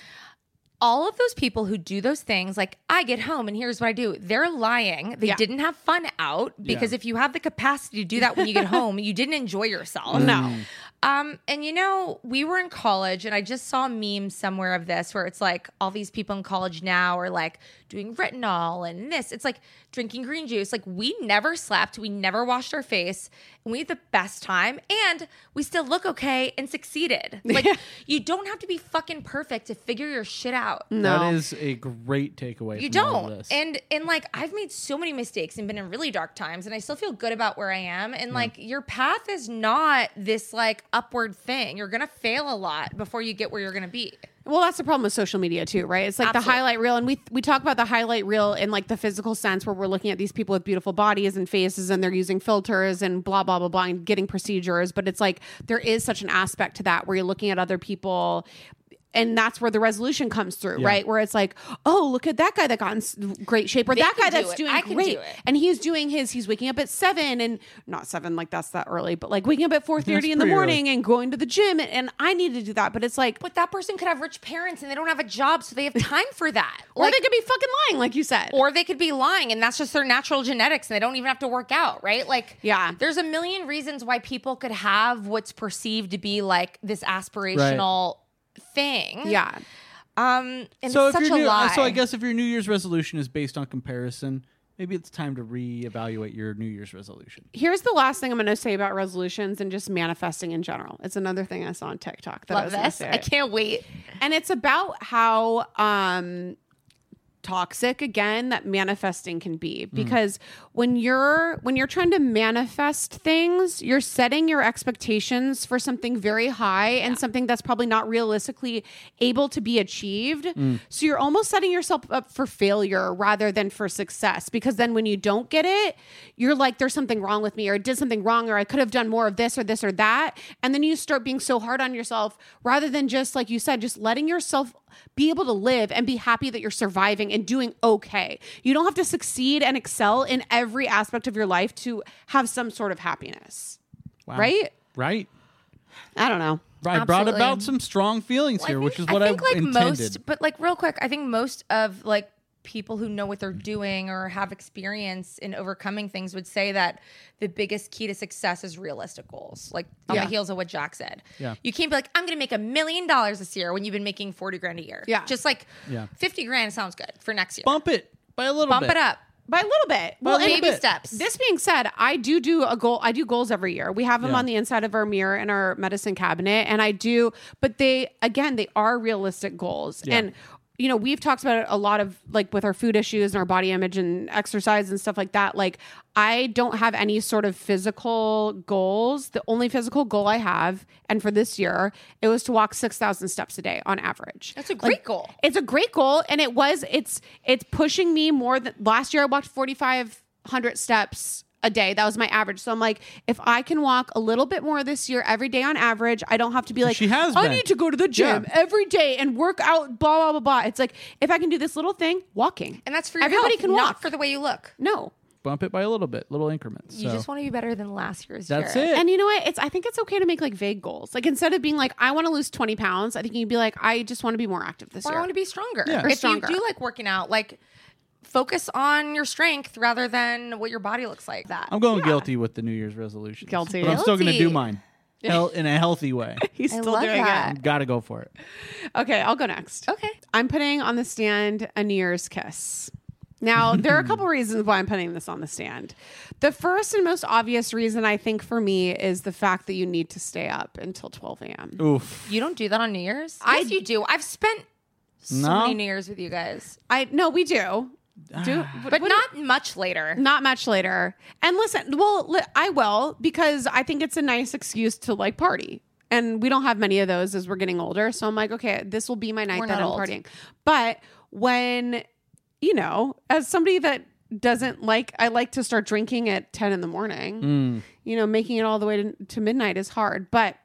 [SPEAKER 2] all of those people who do those things, like I get home and here's what I do, they're lying. They
[SPEAKER 1] Yeah.
[SPEAKER 2] didn't have fun out because if you have the capacity to do that when you get home, you didn't enjoy yourself.
[SPEAKER 1] no
[SPEAKER 2] Um, and you know, we were in college and I just saw a meme somewhere of this where it's like all these people in college now are like doing retinol and this. It's like drinking green juice. Like we never slept, we never washed our face, and we had the best time and we still look okay and succeeded. Like you don't have to be fucking perfect to figure your shit out.
[SPEAKER 3] That is a great takeaway.
[SPEAKER 2] You
[SPEAKER 3] from all of
[SPEAKER 2] don't.
[SPEAKER 3] this.
[SPEAKER 2] And and like I've made so many mistakes and been in really dark times and I still feel good about where I am. And like your path is not this like upward thing. You're gonna fail a lot before you get where you're gonna be.
[SPEAKER 1] Well, that's the problem with social media too, right? It's like the
[SPEAKER 2] Absolutely.
[SPEAKER 1] highlight reel, and we we talk about the highlight reel in like the physical sense, where we're looking at these people with beautiful bodies and faces, and they're using filters and blah blah blah blah, and getting procedures. But it's like there is such an aspect to that where you're looking at other people. And that's where the resolution comes through, right? Where it's like, oh, look at that guy that got in s- great shape, or
[SPEAKER 2] They
[SPEAKER 1] that guy
[SPEAKER 2] can do
[SPEAKER 1] that's
[SPEAKER 2] it.
[SPEAKER 1] doing
[SPEAKER 2] I can do
[SPEAKER 1] great,
[SPEAKER 2] it.
[SPEAKER 1] and he's doing his. He's waking up at seven, and not seven like that's that early, but like waking up at four thirty in the
[SPEAKER 3] pretty early.
[SPEAKER 1] morning and going to the gym, and, and I need to do that. But it's like,
[SPEAKER 2] But that person could have rich parents and they don't have a job, so they have time for that.
[SPEAKER 1] or
[SPEAKER 2] Like-
[SPEAKER 1] they could be fucking lying, like you said.
[SPEAKER 2] or they could be lying and that's just their natural genetics and they don't even have to work out right like
[SPEAKER 1] Yeah.
[SPEAKER 2] there's a million reasons why people could have what's perceived to be like this aspirational thing
[SPEAKER 1] yeah,
[SPEAKER 2] um and
[SPEAKER 3] so
[SPEAKER 2] it's
[SPEAKER 3] if
[SPEAKER 2] such
[SPEAKER 3] your
[SPEAKER 2] a
[SPEAKER 3] new,
[SPEAKER 2] lie
[SPEAKER 3] so I guess if your New Year's resolution is based on comparison, maybe it's time to reevaluate your New Year's resolution.
[SPEAKER 1] here's the last thing I'm going to say about resolutions and just manifesting in general. It's another thing I saw on TikTok that I
[SPEAKER 2] love
[SPEAKER 1] was gonna
[SPEAKER 2] this
[SPEAKER 1] say.
[SPEAKER 2] i can't wait
[SPEAKER 1] and it's about how um toxic again that manifesting can be because when you're when you're trying to manifest things you're setting your expectations for something very high and something that's probably not realistically able to be achieved so you're almost setting yourself up for failure rather than for success because then when you don't get it you're like there's something wrong with me or I did something wrong or I could have done more of this or this or that and then you start being so hard on yourself rather than just like you said just letting yourself be able to live and be happy that you're surviving and doing okay. You don't have to succeed and excel in every aspect of your life to have some sort of happiness,
[SPEAKER 3] Wow.
[SPEAKER 1] right?
[SPEAKER 3] Right.
[SPEAKER 1] I don't know.
[SPEAKER 3] I brought
[SPEAKER 2] Absolutely.
[SPEAKER 3] about some strong feelings
[SPEAKER 2] Well,
[SPEAKER 3] here, which is
[SPEAKER 2] think-
[SPEAKER 3] what I,
[SPEAKER 2] think like
[SPEAKER 3] intended.
[SPEAKER 2] most but like real quick i think most of like people who know what they're doing or have experience in overcoming things would say that the biggest key to success is realistic goals like on
[SPEAKER 1] Yeah.
[SPEAKER 2] the heels of what jack said
[SPEAKER 3] Yeah.
[SPEAKER 2] you can't be like i'm gonna make a million dollars this year when you've been making 40 grand a year
[SPEAKER 1] Yeah.
[SPEAKER 2] just like
[SPEAKER 3] Yeah.
[SPEAKER 2] 50 grand sounds good for next year
[SPEAKER 3] Bump it by a little
[SPEAKER 2] Bump it
[SPEAKER 3] bit.
[SPEAKER 2] up
[SPEAKER 1] By a little bit. Well,
[SPEAKER 3] little
[SPEAKER 1] and
[SPEAKER 2] baby
[SPEAKER 3] bit.
[SPEAKER 2] steps
[SPEAKER 1] this being said, I do do a goal. I do goals every year. We have them
[SPEAKER 3] Yeah.
[SPEAKER 1] on the inside of our mirror in our medicine cabinet, and I do. But they again, they are realistic goals, and you know we've talked about it a lot of like with our food issues and our body image and exercise and stuff like that. Like I don't have any sort of physical goals. The only physical goal I have, and for this year, it was to walk six thousand steps a day on average.
[SPEAKER 2] That's a great goal.
[SPEAKER 1] It's a great goal, and it was. It's it's pushing me more than last year. I walked forty five hundred steps a a day. That was my average. So I'm like, if I can walk a little bit more this year every day on average, I don't have to be like,
[SPEAKER 3] She has
[SPEAKER 1] I
[SPEAKER 3] been.
[SPEAKER 1] need to go to the gym
[SPEAKER 3] Yeah.
[SPEAKER 1] every day and work out, blah, blah, blah, blah. It's like, if I can do this little thing, walking.
[SPEAKER 2] And that's for your
[SPEAKER 1] Everybody
[SPEAKER 2] health,
[SPEAKER 1] can
[SPEAKER 2] not
[SPEAKER 1] walk.
[SPEAKER 2] for the way you look.
[SPEAKER 1] No.
[SPEAKER 3] Bump it by a little bit, little increments.
[SPEAKER 2] You
[SPEAKER 3] So
[SPEAKER 2] just want to be better than last year's
[SPEAKER 3] That's
[SPEAKER 2] year.
[SPEAKER 3] it.
[SPEAKER 1] And you know what? It's I think it's okay to make like vague goals. Like instead of being like, I want to lose 20 pounds, I think you'd be like, I just want to be more active this
[SPEAKER 2] Or I
[SPEAKER 1] year.
[SPEAKER 2] want to be stronger.
[SPEAKER 3] Yeah.
[SPEAKER 2] If
[SPEAKER 1] Stronger.
[SPEAKER 2] you do like working out, like focus on your strength rather than what your body looks like. That
[SPEAKER 3] I'm going guilty with the New Year's resolution.
[SPEAKER 1] Guilty.
[SPEAKER 3] But I'm still going to do
[SPEAKER 2] Guilty.
[SPEAKER 3] mine Hel- in a healthy way.
[SPEAKER 1] He's
[SPEAKER 2] I love that.
[SPEAKER 3] Got to go for it.
[SPEAKER 1] it. Okay, I'll go next.
[SPEAKER 2] Okay.
[SPEAKER 1] I'm putting on the stand a New Year's kiss. Now, there are a couple reasons why I'm putting this on the stand. The first and most obvious reason I think for me is the fact that you need to stay up until 12 a.m.
[SPEAKER 3] Oof.
[SPEAKER 2] You don't do that on New Year's.
[SPEAKER 1] I-
[SPEAKER 2] yes, you do. I've spent so
[SPEAKER 3] No.
[SPEAKER 2] many New Years with you guys,
[SPEAKER 1] I no, we do. Do
[SPEAKER 2] but not much later.
[SPEAKER 1] Not much later. And listen, well, li- I will because I think it's a nice excuse to like party. And we don't have many of those as we're getting older. So I'm like, okay, this will be my night
[SPEAKER 2] We're
[SPEAKER 1] that
[SPEAKER 2] not
[SPEAKER 1] I'm
[SPEAKER 2] old.
[SPEAKER 1] partying. But when, you know, as somebody that doesn't like, I like to start drinking at 10 in the morning, you know, making it all the way to, to midnight is hard. But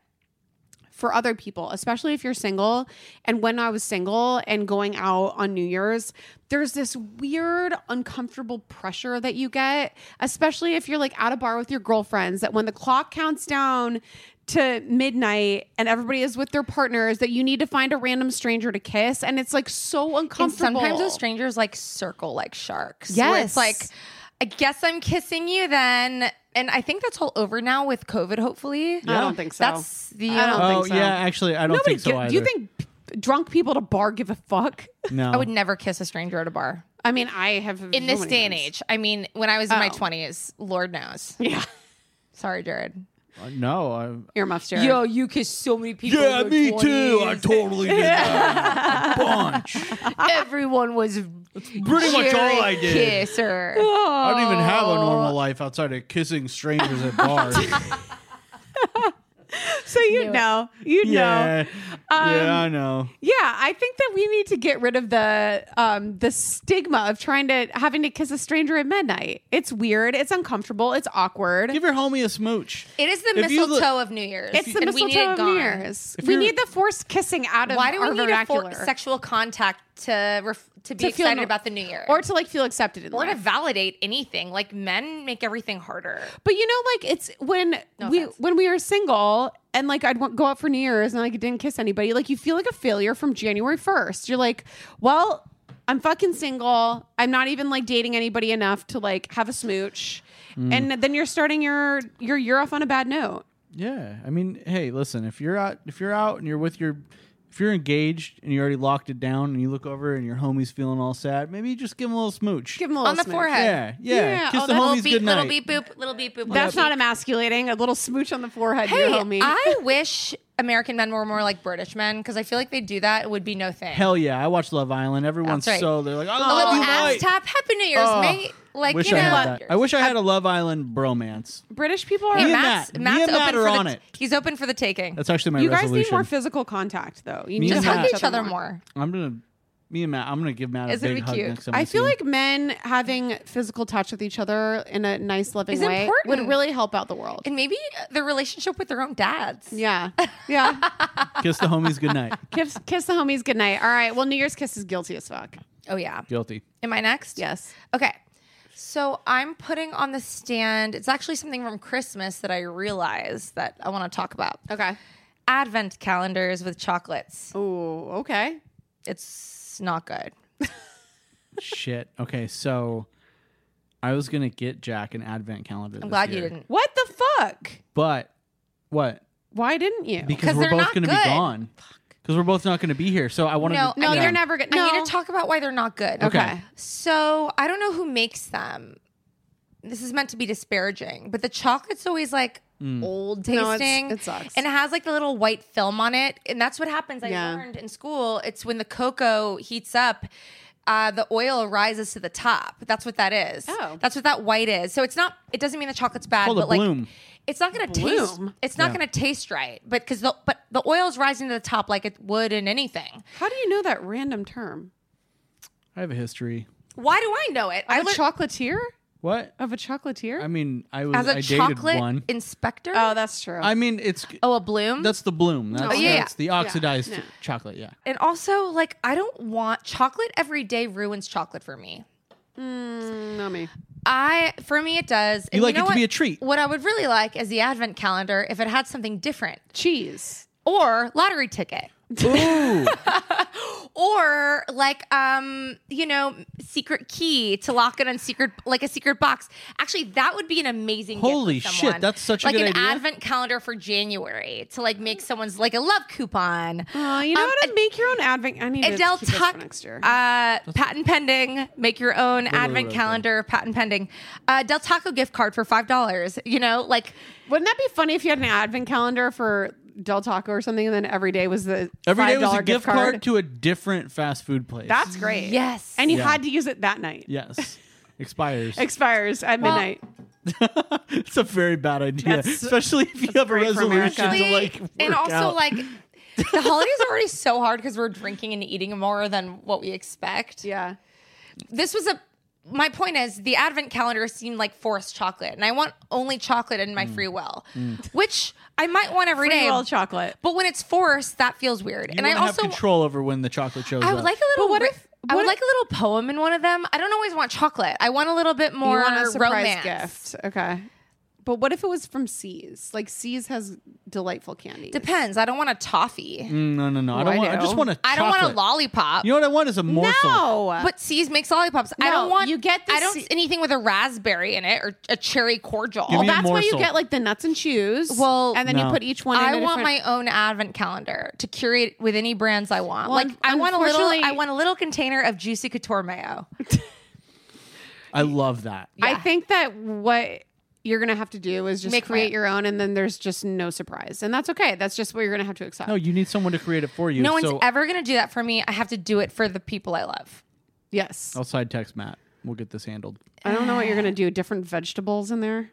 [SPEAKER 1] for other people, especially if you're single. And when I was single and going out on New Year's, there's this weird, uncomfortable pressure that you get, especially if you're like at a bar with your girlfriends, that when the clock counts down to midnight and everybody is with their partners, that you need to find a random stranger to kiss. And it's like so
[SPEAKER 2] And
[SPEAKER 1] uncomfortable.
[SPEAKER 2] sometimes those strangers like circle like sharks.
[SPEAKER 1] Yes.
[SPEAKER 2] where it's like I guess I'm kissing you then, and I think that's all over now with COVID. Hopefully,
[SPEAKER 1] I don't think so.
[SPEAKER 2] That's the
[SPEAKER 1] I don't
[SPEAKER 2] uh,
[SPEAKER 3] Oh
[SPEAKER 1] think so.
[SPEAKER 3] yeah, actually, I don't
[SPEAKER 1] Nobody
[SPEAKER 3] think so
[SPEAKER 1] gi-
[SPEAKER 3] either.
[SPEAKER 1] Do you think p- drunk people at a bar give a fuck?
[SPEAKER 3] No.
[SPEAKER 2] I would never kiss a stranger at a bar
[SPEAKER 1] I mean, I have
[SPEAKER 2] in
[SPEAKER 1] so
[SPEAKER 2] this
[SPEAKER 1] many
[SPEAKER 2] day and
[SPEAKER 1] times.
[SPEAKER 2] age. I mean, when I was in my
[SPEAKER 1] Oh.
[SPEAKER 2] twenties, Lord knows.
[SPEAKER 1] Yeah.
[SPEAKER 2] Sorry, Jared.
[SPEAKER 3] Uh, no. I'm,
[SPEAKER 1] Earmuffs, Jared.
[SPEAKER 2] you kiss so many people.
[SPEAKER 3] totally did that. A bunch.
[SPEAKER 2] Everyone was
[SPEAKER 3] Pretty much all I
[SPEAKER 2] Jared
[SPEAKER 3] did. Ah.
[SPEAKER 2] Kisser.
[SPEAKER 3] I don't even have a normal life outside of kissing strangers at bars.
[SPEAKER 1] So you
[SPEAKER 2] Knew it.
[SPEAKER 1] know, you know.
[SPEAKER 3] yeah. yeah,
[SPEAKER 2] Um,
[SPEAKER 3] I know.
[SPEAKER 1] Yeah, I think that we need to get rid of the um, the stigma of trying to having to kiss a stranger at midnight. It's weird. It's uncomfortable. It's awkward.
[SPEAKER 3] Give your homie a smooch.
[SPEAKER 2] It is the
[SPEAKER 3] If you
[SPEAKER 2] mistletoe
[SPEAKER 3] look-
[SPEAKER 2] of New Year's.
[SPEAKER 1] it's the
[SPEAKER 2] and we need it
[SPEAKER 1] mistletoe of New
[SPEAKER 2] gone.
[SPEAKER 1] Year's.
[SPEAKER 3] If
[SPEAKER 1] We
[SPEAKER 3] you're-
[SPEAKER 1] need the forced kissing out of
[SPEAKER 2] Why do we
[SPEAKER 1] our
[SPEAKER 2] need a
[SPEAKER 1] vernacular.
[SPEAKER 2] for- sexual contact to ref- to be
[SPEAKER 1] To feel
[SPEAKER 2] excited
[SPEAKER 1] no-
[SPEAKER 2] about the New Year
[SPEAKER 1] or to like feel accepted in
[SPEAKER 2] or to
[SPEAKER 1] life.
[SPEAKER 2] validate anything? Like men make everything harder.
[SPEAKER 1] But you know, like it's when we
[SPEAKER 2] offense.
[SPEAKER 1] when we were single and like I'd want, go out for New Year's and like I didn't kiss anybody. Like you feel like a failure from January first. You're like, well, I'm fucking single. I'm not even like dating anybody enough to like have a smooch, and then you're starting your your year off on a bad note.
[SPEAKER 3] Yeah, I mean, hey, listen, if you're out, if you're out and you're with your, if you're engaged and you already locked it down, and you look over and your homie's feeling all sad, maybe you just give him a little smooch.
[SPEAKER 1] Give them a little
[SPEAKER 2] On the
[SPEAKER 1] smooch.
[SPEAKER 2] forehead.
[SPEAKER 3] yeah, yeah,
[SPEAKER 1] Yeah,
[SPEAKER 3] kiss
[SPEAKER 1] oh,
[SPEAKER 3] the
[SPEAKER 1] that'll
[SPEAKER 2] Little
[SPEAKER 3] homie's
[SPEAKER 2] beep,
[SPEAKER 3] good
[SPEAKER 2] little
[SPEAKER 3] night.
[SPEAKER 2] beep boop, little beep boop.
[SPEAKER 1] That's
[SPEAKER 2] little
[SPEAKER 1] not emasculating. A little smooch on the forehead,
[SPEAKER 2] beep.
[SPEAKER 1] your homie.
[SPEAKER 2] Hey, I wish American men were more like British men because I feel like they do that. It would be no thing.
[SPEAKER 3] Hell yeah, I watch Love Island. Everyone's
[SPEAKER 2] That's right.
[SPEAKER 3] so they're like, I
[SPEAKER 2] a
[SPEAKER 3] love
[SPEAKER 2] little
[SPEAKER 3] you,
[SPEAKER 2] ass
[SPEAKER 3] mate.
[SPEAKER 2] tap. Happy New Year's,
[SPEAKER 3] Oh,
[SPEAKER 2] mate. Like
[SPEAKER 3] wish
[SPEAKER 2] you
[SPEAKER 3] I
[SPEAKER 2] know,
[SPEAKER 3] had that. I wish I had a Love Island bromance.
[SPEAKER 1] British people are.
[SPEAKER 2] Hey,
[SPEAKER 3] Me and
[SPEAKER 2] Matt's,
[SPEAKER 3] Matt- me
[SPEAKER 2] Matt's
[SPEAKER 3] and Matt
[SPEAKER 2] open
[SPEAKER 3] are
[SPEAKER 2] for
[SPEAKER 3] on
[SPEAKER 2] the,
[SPEAKER 3] it.
[SPEAKER 2] He's open for the taking.
[SPEAKER 3] That's actually my
[SPEAKER 1] you guys
[SPEAKER 3] resolution.
[SPEAKER 1] need more physical contact, though. You need
[SPEAKER 3] and
[SPEAKER 1] to
[SPEAKER 2] Just hug
[SPEAKER 3] Matt.
[SPEAKER 2] each other more.
[SPEAKER 3] I'm gonna, me and Matt. I'm gonna give Matt a
[SPEAKER 2] It's gonna
[SPEAKER 3] big
[SPEAKER 2] be
[SPEAKER 3] hug
[SPEAKER 2] cute.
[SPEAKER 3] next time.
[SPEAKER 1] I
[SPEAKER 3] see
[SPEAKER 1] feel
[SPEAKER 3] him.
[SPEAKER 1] like men having physical touch with each other in a nice, loving
[SPEAKER 2] Is
[SPEAKER 1] way
[SPEAKER 2] important.
[SPEAKER 1] would really help out the world.
[SPEAKER 2] And maybe their relationship with their own dads.
[SPEAKER 1] yeah, yeah.
[SPEAKER 3] kiss the homies good night.
[SPEAKER 1] kiss, kiss the homies goodnight. All right. Well, New Year's kiss is guilty as fuck.
[SPEAKER 2] Oh yeah.
[SPEAKER 3] Guilty.
[SPEAKER 2] Am I next?
[SPEAKER 1] Yes.
[SPEAKER 2] Okay. So I'm putting on the stand. It's actually something from Christmas that I realized that I want to talk about.
[SPEAKER 1] Okay.
[SPEAKER 2] Advent calendars with chocolates.
[SPEAKER 1] Oh, okay.
[SPEAKER 2] It's not good.
[SPEAKER 3] Shit. Okay, so I was gonna get Jack an advent calendar.
[SPEAKER 2] I'm glad you didn't.
[SPEAKER 1] What the fuck?
[SPEAKER 3] But what?
[SPEAKER 1] Why didn't you?
[SPEAKER 3] Because we're
[SPEAKER 2] they're
[SPEAKER 3] both
[SPEAKER 2] not
[SPEAKER 3] gonna be
[SPEAKER 2] good.
[SPEAKER 3] gone. Because we're both not gonna be here. So I want
[SPEAKER 2] No,
[SPEAKER 3] to.
[SPEAKER 1] no,
[SPEAKER 2] I
[SPEAKER 1] they're never gonna. No.
[SPEAKER 2] I need to talk about why they're not good.
[SPEAKER 3] Okay.
[SPEAKER 1] Okay.
[SPEAKER 2] So I don't know who makes them. This is meant to be disparaging, but the chocolate's always like
[SPEAKER 3] Mm.
[SPEAKER 2] old
[SPEAKER 1] No, it's-
[SPEAKER 2] tasting.
[SPEAKER 1] it sucks.
[SPEAKER 2] And it has like the little white film on it. And that's what happens. I
[SPEAKER 1] Yeah.
[SPEAKER 2] learned in school. It's when the cocoa heats up. Uh, the oil rises to the top. That's what that is.
[SPEAKER 1] Oh.
[SPEAKER 2] That's what that white is. So it's not. It doesn't mean the chocolate's bad,
[SPEAKER 3] called a
[SPEAKER 2] but like
[SPEAKER 3] bloom.
[SPEAKER 2] it's not going to taste.
[SPEAKER 1] Bloom?
[SPEAKER 2] It's not
[SPEAKER 3] Yeah.
[SPEAKER 2] going to taste right. But because the but the oil's rising to the top like it would in anything.
[SPEAKER 1] How do you know that random term?
[SPEAKER 3] I have a history.
[SPEAKER 2] Why do I know it? I
[SPEAKER 1] I'm a
[SPEAKER 2] learned-
[SPEAKER 1] chocolatier.
[SPEAKER 3] What?
[SPEAKER 1] Of a chocolatier?
[SPEAKER 3] I mean, I was
[SPEAKER 2] As
[SPEAKER 3] I
[SPEAKER 2] a
[SPEAKER 3] dated
[SPEAKER 2] chocolate
[SPEAKER 3] one.
[SPEAKER 2] inspector?
[SPEAKER 1] oh, that's true.
[SPEAKER 3] I mean, it's
[SPEAKER 2] oh, a bloom?
[SPEAKER 3] that's the bloom. That's,
[SPEAKER 2] yeah,
[SPEAKER 3] that's
[SPEAKER 2] yeah.
[SPEAKER 3] the
[SPEAKER 1] Yeah.
[SPEAKER 3] oxidized
[SPEAKER 1] No.
[SPEAKER 3] chocolate. Yeah.
[SPEAKER 2] and also, like, I don't want chocolate every day ruins chocolate for me.
[SPEAKER 1] Mm, not me.
[SPEAKER 2] I for me it does. And
[SPEAKER 3] You like
[SPEAKER 2] know
[SPEAKER 3] it to be
[SPEAKER 2] what-
[SPEAKER 3] a treat.
[SPEAKER 2] What I would really like is the advent calendar if it had something different
[SPEAKER 1] Cheese.
[SPEAKER 2] or lottery ticket.
[SPEAKER 3] Ooh.
[SPEAKER 2] Or like um, you know, secret key to lock it on secret like a secret box. Actually, that would be an amazing gift for
[SPEAKER 3] Holy shit,
[SPEAKER 2] someone.
[SPEAKER 3] that's such a
[SPEAKER 2] like an
[SPEAKER 3] good idea.
[SPEAKER 2] advent calendar for January to like make someone's like a love coupon.
[SPEAKER 1] Oh, you know
[SPEAKER 2] Um,
[SPEAKER 1] what? make your own advent. I need
[SPEAKER 2] Adele
[SPEAKER 1] to keep this
[SPEAKER 2] Tuck,
[SPEAKER 1] for next year.
[SPEAKER 2] uh, patent pending. Make your own advent
[SPEAKER 3] wait,
[SPEAKER 2] calendar, patent pending. Uh, Del Taco gift card for five dollars. You know, like
[SPEAKER 1] Wouldn't that be funny if you had an advent calendar for Del Taco or something, and then every day was the
[SPEAKER 3] Every day
[SPEAKER 1] $5
[SPEAKER 3] was a
[SPEAKER 1] gift,
[SPEAKER 3] gift card. to a different fast food place.
[SPEAKER 1] That's great.
[SPEAKER 2] Yes.
[SPEAKER 1] and you
[SPEAKER 3] Yeah.
[SPEAKER 1] had to use it that night.
[SPEAKER 3] yes. Expires.
[SPEAKER 1] Expires at midnight.
[SPEAKER 3] it's a very bad idea,
[SPEAKER 1] That's-
[SPEAKER 3] especially if you have a
[SPEAKER 1] great for
[SPEAKER 3] resolution
[SPEAKER 1] America.
[SPEAKER 3] to like. Work
[SPEAKER 2] and also
[SPEAKER 3] out.
[SPEAKER 2] like the holidays are already so hard because we're drinking and eating more than what we expect.
[SPEAKER 1] yeah,
[SPEAKER 2] This was a my point is the advent calendar seemed like forced chocolate, and I want only chocolate in my free will, which I might want every
[SPEAKER 1] Mm.
[SPEAKER 2] day.
[SPEAKER 1] free will chocolate.
[SPEAKER 2] But when it's forced, that feels weird.
[SPEAKER 3] you
[SPEAKER 2] and I
[SPEAKER 3] wanna
[SPEAKER 2] also
[SPEAKER 3] have control over when the chocolate shows
[SPEAKER 2] I
[SPEAKER 3] up.
[SPEAKER 2] would like a little.
[SPEAKER 1] But what
[SPEAKER 2] ri-
[SPEAKER 1] if-
[SPEAKER 2] I would
[SPEAKER 1] what
[SPEAKER 2] like
[SPEAKER 1] if-
[SPEAKER 2] a little poem in one of them? I don't always want chocolate. I want a little bit more
[SPEAKER 1] you want a surprise
[SPEAKER 2] romance.
[SPEAKER 1] gift. Okay. But what if it was from C's? Like C's has delightful candy.
[SPEAKER 2] Depends. I don't want a toffee.
[SPEAKER 3] no, no, no. I
[SPEAKER 1] Oh,
[SPEAKER 3] don't
[SPEAKER 1] I
[SPEAKER 3] want. I
[SPEAKER 1] know.
[SPEAKER 3] just want a.
[SPEAKER 2] I don't want a
[SPEAKER 3] chocolate.
[SPEAKER 2] lollipop.
[SPEAKER 3] You know what I want is a morsel.
[SPEAKER 1] No.
[SPEAKER 2] but C's makes lollipops. I
[SPEAKER 1] No,
[SPEAKER 2] don't want.
[SPEAKER 1] you get the
[SPEAKER 2] I don't
[SPEAKER 1] Ce-
[SPEAKER 2] anything with a raspberry in it or a cherry cordial.
[SPEAKER 3] Give me a
[SPEAKER 1] That's why you
[SPEAKER 3] morsel.
[SPEAKER 1] get like the nuts and chews.
[SPEAKER 2] Well,
[SPEAKER 1] and then
[SPEAKER 3] No.
[SPEAKER 1] you put each one. in
[SPEAKER 2] I
[SPEAKER 1] a
[SPEAKER 2] want
[SPEAKER 1] different-
[SPEAKER 2] my own advent calendar to curate with any brands I want.
[SPEAKER 1] Well,
[SPEAKER 2] like
[SPEAKER 1] un-
[SPEAKER 2] I want a little.
[SPEAKER 1] unfortunately-
[SPEAKER 2] I want a little container of juicy couture mayo.
[SPEAKER 3] I love that.
[SPEAKER 1] I think that what you're gonna have to do is just
[SPEAKER 2] Make my own.
[SPEAKER 1] create your own, and then there's just no surprise, and that's okay. That's just what you're gonna have to accept.
[SPEAKER 3] No, you need someone to create it for you.
[SPEAKER 2] No one's
[SPEAKER 3] so
[SPEAKER 2] ever going to do that for me. I have to do it for the people I love.
[SPEAKER 1] yes,
[SPEAKER 3] I'll side text Matt. We'll get this handled.
[SPEAKER 1] I don't know what you're gonna do. Different vegetables in there.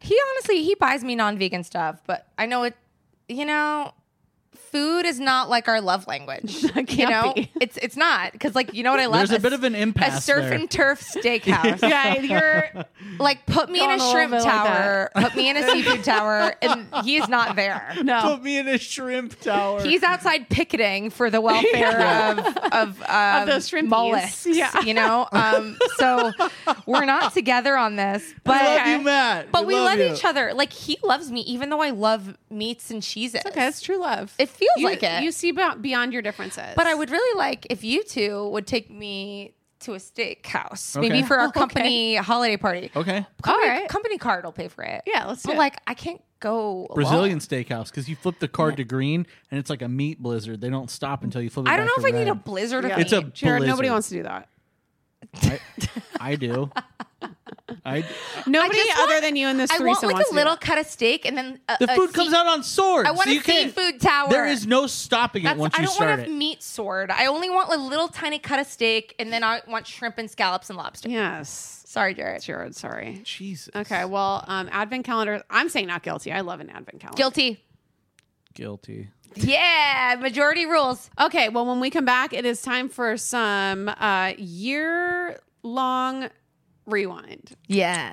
[SPEAKER 2] He honestly, he buys me non-vegan stuff, but I know it. You know, food is not like our love language. you
[SPEAKER 1] can't
[SPEAKER 2] know,
[SPEAKER 1] be.
[SPEAKER 2] it's it's not because like you know what I love.
[SPEAKER 3] There's a bit of an
[SPEAKER 2] A
[SPEAKER 3] impasse
[SPEAKER 2] surf
[SPEAKER 3] there.
[SPEAKER 2] and turf steakhouse.
[SPEAKER 1] Yeah, you're.
[SPEAKER 2] Like put me in a
[SPEAKER 1] Gone a little
[SPEAKER 2] shrimp
[SPEAKER 1] bit like
[SPEAKER 2] tower, put me in a seafood tower, and he is not there.
[SPEAKER 1] No.
[SPEAKER 3] me in a shrimp tower.
[SPEAKER 2] Oh. He's outside picketing for the welfare of of, um,
[SPEAKER 1] Of those shrimpies.
[SPEAKER 2] mollusks.
[SPEAKER 1] Yeah.
[SPEAKER 2] you know. Um, so we're not together on this, but
[SPEAKER 3] love you, Matt.
[SPEAKER 2] But
[SPEAKER 3] We
[SPEAKER 2] we,
[SPEAKER 3] love
[SPEAKER 2] love,
[SPEAKER 3] you.
[SPEAKER 2] each other. Like he loves me, even though I love meats and cheeses.
[SPEAKER 1] Okay, that's true love.
[SPEAKER 2] It feels
[SPEAKER 1] You-
[SPEAKER 2] like it.
[SPEAKER 1] You see be- beyond your differences.
[SPEAKER 2] But I would really like if you two would take me to a steakhouse,
[SPEAKER 3] Okay.
[SPEAKER 2] maybe for our company holiday party.
[SPEAKER 3] okay.
[SPEAKER 2] Company,
[SPEAKER 1] All right.
[SPEAKER 2] company card will pay for it.
[SPEAKER 1] Yeah, let's do
[SPEAKER 2] But
[SPEAKER 1] it.
[SPEAKER 2] like, I can't go alone.
[SPEAKER 3] Brazilian steakhouse because you flip the card to green and it's like a meat blizzard. They don't stop until you flip it.
[SPEAKER 2] I don't know
[SPEAKER 3] back
[SPEAKER 2] if
[SPEAKER 3] to
[SPEAKER 2] I need a
[SPEAKER 3] red.
[SPEAKER 2] blizzard.
[SPEAKER 1] Yeah.
[SPEAKER 2] Of
[SPEAKER 3] It's a
[SPEAKER 2] meat.
[SPEAKER 1] Jared, nobody
[SPEAKER 3] blizzard.
[SPEAKER 1] wants to do that.
[SPEAKER 3] I, I do. I
[SPEAKER 1] Nobody
[SPEAKER 2] just
[SPEAKER 1] other
[SPEAKER 2] want-
[SPEAKER 1] than you and this
[SPEAKER 2] I
[SPEAKER 1] threesome
[SPEAKER 2] want like
[SPEAKER 1] wants to
[SPEAKER 2] a
[SPEAKER 1] do
[SPEAKER 2] little
[SPEAKER 1] that.
[SPEAKER 2] cut of steak and then a,
[SPEAKER 3] the
[SPEAKER 2] a
[SPEAKER 3] food
[SPEAKER 2] sea-
[SPEAKER 3] comes out on sword.
[SPEAKER 2] I want
[SPEAKER 3] so
[SPEAKER 2] a
[SPEAKER 3] you can't-
[SPEAKER 2] seafood tower.
[SPEAKER 3] There is no stopping it
[SPEAKER 2] That's,
[SPEAKER 3] once
[SPEAKER 2] I
[SPEAKER 3] you
[SPEAKER 2] don't
[SPEAKER 3] start
[SPEAKER 2] want
[SPEAKER 3] it.
[SPEAKER 2] a meat sword. I only want a little tiny cut of steak, and then I want shrimp and scallops and lobster.
[SPEAKER 1] Yes,
[SPEAKER 2] Sorry, Jared.
[SPEAKER 1] Jared. Sorry.
[SPEAKER 3] Jesus.
[SPEAKER 1] Okay. Well, um, advent calendar. I'm saying not guilty. I love an advent calendar.
[SPEAKER 2] Guilty.
[SPEAKER 3] Guilty.
[SPEAKER 2] Yeah, majority rules.
[SPEAKER 1] Okay, well, when we come back, it is time for some uh, year long rewind.
[SPEAKER 2] Yeah.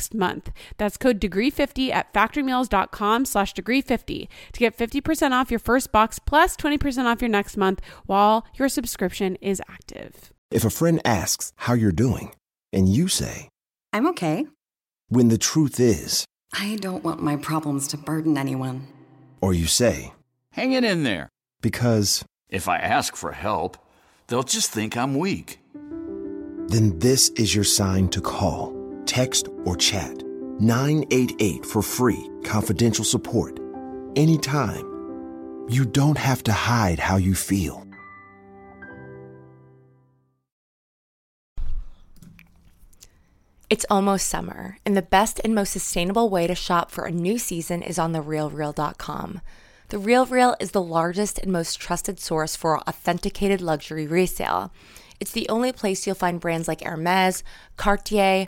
[SPEAKER 1] month. That's code degree50 at factormeals.com slash degree50 to get 50% off your first box plus 20% off your next month while your subscription is active.
[SPEAKER 6] If a friend asks how you're doing, and you say,
[SPEAKER 7] I'm okay.
[SPEAKER 6] When the truth is,
[SPEAKER 7] I don't want my problems to burden anyone.
[SPEAKER 6] or you say,
[SPEAKER 8] Hang it in there.
[SPEAKER 6] because,
[SPEAKER 8] If I ask for help, they'll just think I'm weak.
[SPEAKER 6] then this is your sign to call, text, or chat 988 for free, confidential support. Anytime. You don't have to hide how you feel.
[SPEAKER 9] It's almost summer, and the best and most sustainable way to shop for a new season is on therealreal.com. The Real Real is the largest and most trusted source for authenticated luxury resale. It's the only place you'll find brands like Hermes, Cartier,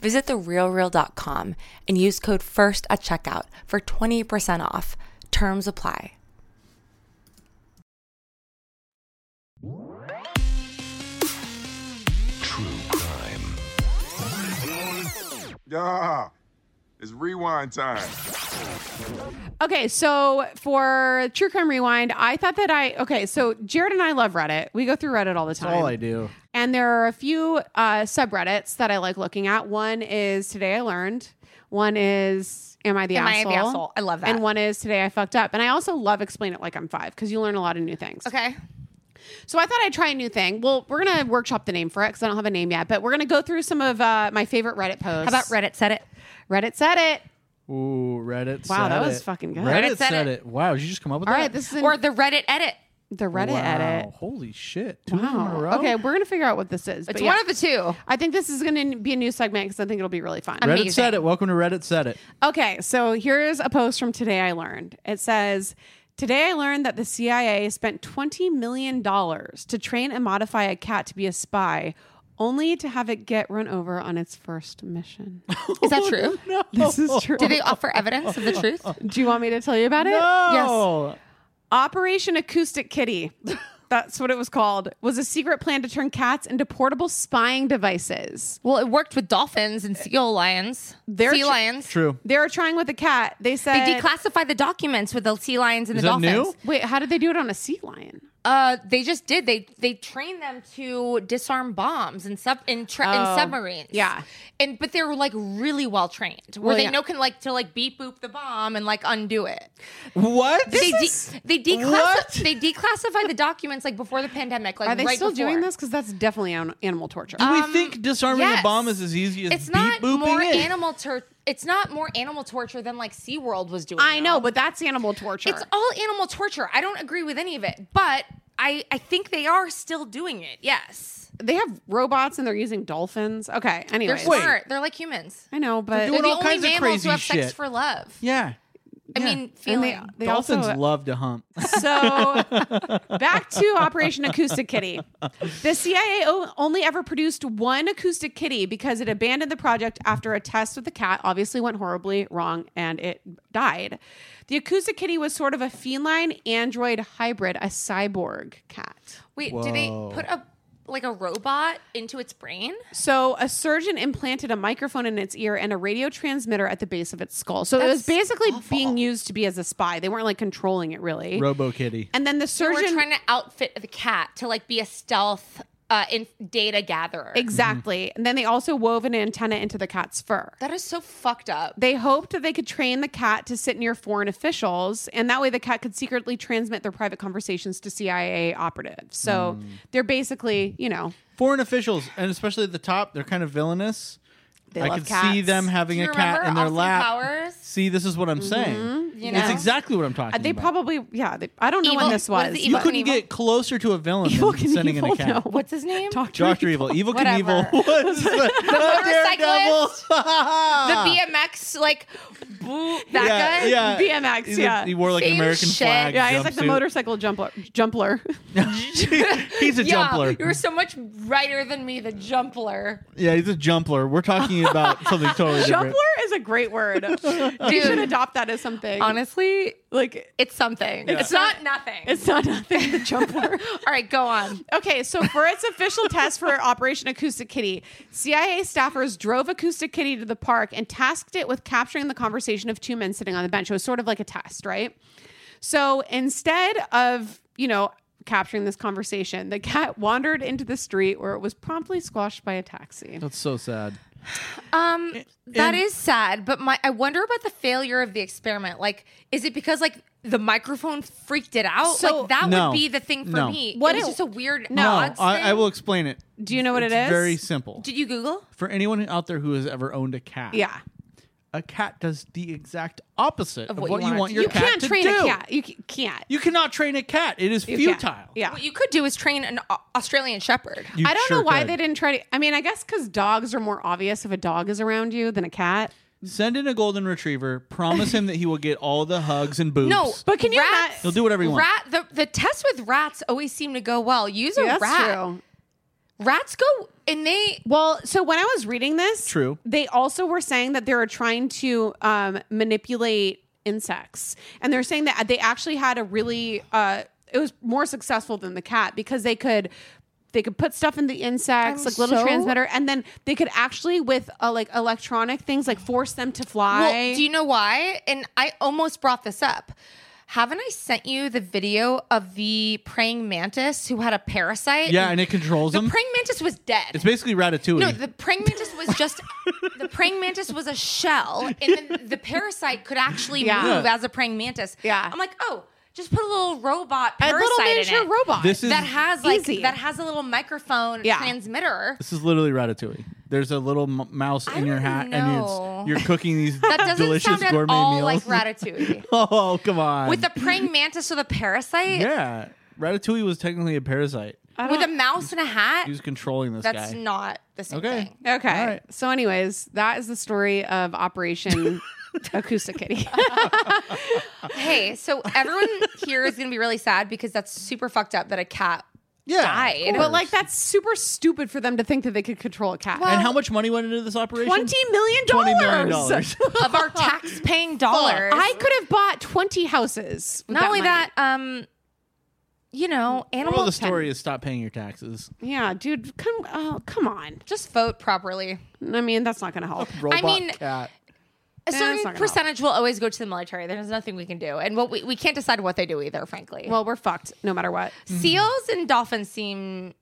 [SPEAKER 9] Visit therealreal.com and use code FIRST at checkout for 20% off. Terms apply.
[SPEAKER 10] Yeah, it's rewind time.
[SPEAKER 1] Okay, so for True Crime Rewind, I thought that I okay. So Jared and I love Reddit. We go through Reddit all the time.
[SPEAKER 3] That's all I do.
[SPEAKER 1] And there are a few uh, subreddits that I like looking at. One is today I learned. One is am I the
[SPEAKER 2] Am I the
[SPEAKER 1] asshole?
[SPEAKER 2] asshole? I love that.
[SPEAKER 1] And one is today I fucked up. And I also love explain it like I'm five because you learn a lot of new things.
[SPEAKER 2] Okay.
[SPEAKER 1] So I thought I'd try a new thing. Well, we're gonna workshop the name for it because I don't have a name yet. But we're gonna go through some of uh, my favorite Reddit posts.
[SPEAKER 2] How about Reddit said it?
[SPEAKER 1] Reddit said it.
[SPEAKER 3] Ooh, Reddit.
[SPEAKER 1] Wow,
[SPEAKER 3] said
[SPEAKER 1] that was
[SPEAKER 3] it.
[SPEAKER 1] fucking good.
[SPEAKER 3] Reddit,
[SPEAKER 2] Reddit
[SPEAKER 3] said,
[SPEAKER 2] said
[SPEAKER 3] it. Wow, did you just come up with
[SPEAKER 1] All
[SPEAKER 3] that?
[SPEAKER 1] right, this is an,
[SPEAKER 2] Or the Reddit edit.
[SPEAKER 1] the Reddit
[SPEAKER 3] wow.
[SPEAKER 1] edit.
[SPEAKER 3] Holy shit! Two in a
[SPEAKER 1] Wow.
[SPEAKER 3] row.
[SPEAKER 1] Okay, we're gonna figure out what this is.
[SPEAKER 2] It's
[SPEAKER 1] but
[SPEAKER 2] one
[SPEAKER 1] yeah.
[SPEAKER 2] of the two.
[SPEAKER 1] I think this is going to be a new segment because I think it'll be really fun.
[SPEAKER 3] Reddit
[SPEAKER 2] amazing.
[SPEAKER 3] said it. Welcome to Reddit said it.
[SPEAKER 1] Okay, so here's a post from Today I Learned. It says, Today I learned that the CIA spent $20 million to train and modify a cat to be a spy, only to have it get run over on its first mission.
[SPEAKER 2] Is that true?
[SPEAKER 1] this is true.
[SPEAKER 2] Do they offer evidence of the truth?
[SPEAKER 1] Do you want me to tell you about it?
[SPEAKER 3] No.
[SPEAKER 1] Operation Acoustic Kitty. That's what it was called. Was a secret plan to turn cats into portable spying devices.
[SPEAKER 2] Well, it worked with dolphins and sea lions.
[SPEAKER 1] They're
[SPEAKER 2] sea
[SPEAKER 1] tr-
[SPEAKER 2] lions.
[SPEAKER 3] True.
[SPEAKER 1] They were trying with a cat. They
[SPEAKER 2] They
[SPEAKER 1] said
[SPEAKER 2] declassified the documents with the sea lions and
[SPEAKER 3] Is
[SPEAKER 2] the
[SPEAKER 3] that new?
[SPEAKER 2] dolphins.
[SPEAKER 1] Wait, how did they do it on a sea lion?
[SPEAKER 2] Uh, they just did. They they trained them to disarm bombs and sub in, tra-
[SPEAKER 1] Oh,
[SPEAKER 2] in submarines.
[SPEAKER 1] yeah.
[SPEAKER 2] and but they were like really well trained, where
[SPEAKER 1] Well,
[SPEAKER 2] they
[SPEAKER 1] yeah.
[SPEAKER 2] know can like to like beep boop the bomb and like undo it.
[SPEAKER 3] What?
[SPEAKER 2] they de- they
[SPEAKER 3] What?
[SPEAKER 2] declassified they declassified the documents like before the pandemic. Like
[SPEAKER 1] Are they
[SPEAKER 2] right
[SPEAKER 1] still
[SPEAKER 2] before.
[SPEAKER 1] doing this? Because that's definitely an- animal torture.
[SPEAKER 3] Do we think disarming
[SPEAKER 2] yes.
[SPEAKER 3] a bomb is as easy as
[SPEAKER 2] It's
[SPEAKER 3] beep
[SPEAKER 2] not
[SPEAKER 3] booping
[SPEAKER 2] more
[SPEAKER 3] it?
[SPEAKER 2] animal tur- It's not more animal torture than like SeaWorld was doing.
[SPEAKER 1] I
[SPEAKER 2] though.
[SPEAKER 1] know, but that's animal torture.
[SPEAKER 2] It's all animal torture. I don't agree with any of it, but I, I think they are still doing it. Yes.
[SPEAKER 1] Oh, they have robots and they're using dolphins. Okay,
[SPEAKER 2] They're
[SPEAKER 1] anyways.
[SPEAKER 2] smart. They're like humans.
[SPEAKER 1] I know, but
[SPEAKER 2] They're
[SPEAKER 3] doing
[SPEAKER 2] the
[SPEAKER 3] all
[SPEAKER 2] only
[SPEAKER 3] kinds of
[SPEAKER 2] mammals
[SPEAKER 3] crazy
[SPEAKER 2] who have sex
[SPEAKER 3] shit.
[SPEAKER 2] for love.
[SPEAKER 3] Yeah.
[SPEAKER 2] I mean,
[SPEAKER 1] And
[SPEAKER 2] feeling.
[SPEAKER 1] they
[SPEAKER 3] Dolphins
[SPEAKER 1] also-
[SPEAKER 3] love to hump.
[SPEAKER 1] So back to Operation Acoustic Kitty. The CIA o- only ever produced one acoustic kitty because it abandoned the project after a test with the cat obviously went horribly wrong and it died. The acoustic kitty was sort of a feline android hybrid, a cyborg cat.
[SPEAKER 2] Wait, do they put a like a robot into its brain?
[SPEAKER 1] So a surgeon implanted a microphone in its ear and a radio transmitter at the base of its skull. So it was
[SPEAKER 2] That's
[SPEAKER 1] basically
[SPEAKER 2] awful.
[SPEAKER 1] being used to be as a spy. They weren't like controlling it really.
[SPEAKER 3] Robo Kitty.
[SPEAKER 1] and then the
[SPEAKER 2] They
[SPEAKER 1] surgeon
[SPEAKER 2] We're trying to outfit the cat to like be a stealth uh, in data gatherer.
[SPEAKER 1] Exactly. And then they also wove an antenna into the cat's fur.
[SPEAKER 2] that is so fucked up.
[SPEAKER 1] They hoped that they could train the cat to sit near foreign officials, and that way the cat could secretly transmit their private conversations to CIA operatives. So
[SPEAKER 3] Hmm.
[SPEAKER 1] they're basically, you know,
[SPEAKER 3] Foreign officials, and especially at the top, they're kind of villainous.
[SPEAKER 1] they
[SPEAKER 3] I
[SPEAKER 1] love
[SPEAKER 3] can
[SPEAKER 1] cats.
[SPEAKER 3] see them having
[SPEAKER 2] Do you
[SPEAKER 3] a cat
[SPEAKER 2] remember
[SPEAKER 3] in their
[SPEAKER 2] Austin
[SPEAKER 3] lap.
[SPEAKER 2] Powers?
[SPEAKER 3] See, this is what I'm saying.
[SPEAKER 2] You
[SPEAKER 3] It's
[SPEAKER 2] know?
[SPEAKER 3] exactly what I'm talking
[SPEAKER 1] Uh, Mm-hmm, They
[SPEAKER 3] about.
[SPEAKER 1] probably, yeah. They, I don't know when
[SPEAKER 2] Evil-
[SPEAKER 1] this
[SPEAKER 2] what is
[SPEAKER 1] was.
[SPEAKER 2] the
[SPEAKER 3] you
[SPEAKER 2] evil-
[SPEAKER 1] but-
[SPEAKER 3] couldn't
[SPEAKER 2] Evil.
[SPEAKER 3] get closer to a villain
[SPEAKER 1] Evil
[SPEAKER 3] than sending
[SPEAKER 1] Knievel,
[SPEAKER 3] in a cat.
[SPEAKER 1] no.
[SPEAKER 2] What's his name?
[SPEAKER 1] Doctor,
[SPEAKER 3] Doctor Evil, Evil
[SPEAKER 2] Whatever.
[SPEAKER 3] Knievel. What is that? Oh,
[SPEAKER 2] the
[SPEAKER 3] Daredevil.
[SPEAKER 2] BMX like boo, that
[SPEAKER 3] yeah,
[SPEAKER 2] guy.
[SPEAKER 3] yeah.
[SPEAKER 1] BMX,
[SPEAKER 3] He's a-
[SPEAKER 1] yeah.
[SPEAKER 3] he wore like an
[SPEAKER 2] Same
[SPEAKER 3] American
[SPEAKER 2] shit.
[SPEAKER 3] flag.
[SPEAKER 1] Yeah, he's like the
[SPEAKER 3] jumpsuit.
[SPEAKER 1] motorcycle jumper, jumpler.
[SPEAKER 3] he's a
[SPEAKER 2] Yeah,
[SPEAKER 3] jumpler.
[SPEAKER 2] you were so much brighter than me, the jumpler.
[SPEAKER 3] Yeah, he's a jumpler. We're talking about something totally
[SPEAKER 1] Jumpler
[SPEAKER 3] different.
[SPEAKER 1] is a great word. you
[SPEAKER 2] Dude.
[SPEAKER 1] should adopt that as something.
[SPEAKER 2] Honestly,
[SPEAKER 1] like
[SPEAKER 2] it's something. It's not nothing.
[SPEAKER 1] it's not nothing. The jumpler.
[SPEAKER 2] all right, go on.
[SPEAKER 1] Okay, so for its official test for Operation Acoustic Kitty, CIA staffers drove Acoustic Kitty to the park and tasked it with capturing the conversation of two men sitting on the bench. It was sort of like a test, right? So instead of, you know, capturing this conversation, the cat wandered into the street where it was promptly squashed by a taxi.
[SPEAKER 3] That's so sad.
[SPEAKER 2] Um, that
[SPEAKER 3] and-
[SPEAKER 2] is sad, but my I wonder about the failure of the experiment. Like, is it because like the microphone freaked it out?
[SPEAKER 1] So-
[SPEAKER 2] like that
[SPEAKER 3] No.
[SPEAKER 2] would be the thing for
[SPEAKER 3] No.
[SPEAKER 2] me.
[SPEAKER 1] What
[SPEAKER 2] What it was
[SPEAKER 1] it-
[SPEAKER 2] just a weird
[SPEAKER 1] No,
[SPEAKER 3] No,
[SPEAKER 2] odds
[SPEAKER 3] I, I
[SPEAKER 2] thing.
[SPEAKER 3] will explain it.
[SPEAKER 1] Do you know what it
[SPEAKER 3] it's
[SPEAKER 1] is?
[SPEAKER 3] Very simple.
[SPEAKER 2] Did you Google?
[SPEAKER 3] For anyone out there who has ever owned a cat,
[SPEAKER 1] Yeah.
[SPEAKER 3] a cat does the exact opposite of what, you,
[SPEAKER 2] it
[SPEAKER 3] want
[SPEAKER 2] to
[SPEAKER 3] your
[SPEAKER 2] do.
[SPEAKER 1] You
[SPEAKER 3] cat
[SPEAKER 1] can't
[SPEAKER 3] to
[SPEAKER 1] train
[SPEAKER 3] do.
[SPEAKER 1] a cat. You c- can't.
[SPEAKER 3] You cannot train a cat. It is
[SPEAKER 1] You can't.
[SPEAKER 3] futile.
[SPEAKER 1] Yeah.
[SPEAKER 2] What you could do is train an Au- Australian Shepherd.
[SPEAKER 3] You
[SPEAKER 1] I don't
[SPEAKER 3] sure
[SPEAKER 1] know why
[SPEAKER 3] could.
[SPEAKER 1] they didn't try to. I mean, I guess because dogs are more obvious if a dog is around you than a cat.
[SPEAKER 3] Send in a golden retriever. Promise him that he will get all the hugs and boobs.
[SPEAKER 2] No,
[SPEAKER 1] But can you
[SPEAKER 2] rats,
[SPEAKER 1] not-
[SPEAKER 3] He'll do whatever he wants.
[SPEAKER 2] Rat the the tests with rats always seem to go well. Use a
[SPEAKER 1] Yeah, that's
[SPEAKER 2] rat.
[SPEAKER 1] true.
[SPEAKER 2] Rats go and they
[SPEAKER 1] Well, so when I was reading this,
[SPEAKER 3] True.
[SPEAKER 1] they also were saying that they were trying to um, manipulate insects, and they're saying that they actually had a really uh, it was more successful than the cat because they could they could put stuff in the insects
[SPEAKER 2] I'm
[SPEAKER 1] like little
[SPEAKER 2] so-
[SPEAKER 1] transmitter, and then they could actually with uh, like electronic things like force them to fly.
[SPEAKER 2] Well, do you know why? And I almost brought this up. Haven't I sent you the video of the praying mantis who had a parasite?
[SPEAKER 3] Yeah, and it controls
[SPEAKER 2] the
[SPEAKER 3] him.
[SPEAKER 2] praying mantis was dead.
[SPEAKER 3] It's basically ratatouille.
[SPEAKER 2] no, the praying mantis was just the praying mantis was a shell, and then the parasite could actually
[SPEAKER 1] Yeah.
[SPEAKER 2] move as a praying mantis.
[SPEAKER 1] Yeah.
[SPEAKER 2] I'm like, oh, just put a little robot
[SPEAKER 1] a
[SPEAKER 2] parasite
[SPEAKER 1] little
[SPEAKER 2] in
[SPEAKER 1] miniature
[SPEAKER 2] it
[SPEAKER 1] robot.
[SPEAKER 3] This is-
[SPEAKER 2] that has like
[SPEAKER 1] Easy.
[SPEAKER 2] that has a little microphone
[SPEAKER 1] Yeah.
[SPEAKER 2] transmitter.
[SPEAKER 3] this is literally ratatouille. There's a little m- mouse in your
[SPEAKER 2] don't
[SPEAKER 3] hat,
[SPEAKER 2] know.
[SPEAKER 3] and it's, you're cooking these
[SPEAKER 2] That doesn't
[SPEAKER 3] delicious
[SPEAKER 2] sound at
[SPEAKER 3] gourmet
[SPEAKER 2] all like
[SPEAKER 3] meals.
[SPEAKER 2] ratatouille.
[SPEAKER 3] oh come on!
[SPEAKER 2] With the praying mantis or the parasite,
[SPEAKER 3] yeah, ratatouille was technically a parasite.
[SPEAKER 2] with a mouse and a hat.
[SPEAKER 3] He was controlling this
[SPEAKER 2] That's
[SPEAKER 3] guy.
[SPEAKER 2] not the same
[SPEAKER 3] Okay.
[SPEAKER 2] thing.
[SPEAKER 1] Okay.
[SPEAKER 3] All right.
[SPEAKER 1] So, anyways, that is the story of Operation Acoustic Kitty.
[SPEAKER 2] Hey, so everyone here is going to be really sad because that's super fucked up that a cat
[SPEAKER 3] yeah, of
[SPEAKER 2] died.
[SPEAKER 3] course.
[SPEAKER 1] but like, that's super stupid for them to think that they could control a cat.
[SPEAKER 3] and how much money went into this operation?
[SPEAKER 1] Twenty million
[SPEAKER 3] Twenty
[SPEAKER 1] dollars.
[SPEAKER 3] million dollars.
[SPEAKER 2] of our tax-paying dollars.
[SPEAKER 1] I could have bought twenty houses. with
[SPEAKER 2] not only
[SPEAKER 1] money.
[SPEAKER 2] that, um, you know, animal
[SPEAKER 3] Moral of the story is stop paying your taxes.
[SPEAKER 1] yeah, dude, come, oh, come on.
[SPEAKER 2] Just vote properly.
[SPEAKER 1] I mean, that's not gonna help.
[SPEAKER 3] Robot
[SPEAKER 2] mean-
[SPEAKER 3] cat.
[SPEAKER 2] A
[SPEAKER 1] Nah, it's not
[SPEAKER 2] certain
[SPEAKER 1] gonna
[SPEAKER 2] percentage will always go to the military. There's nothing we can do, and what we, we can't decide what they do either. Frankly,
[SPEAKER 1] Well, we're fucked no matter what.
[SPEAKER 3] Hmm.
[SPEAKER 2] seals and dolphins seem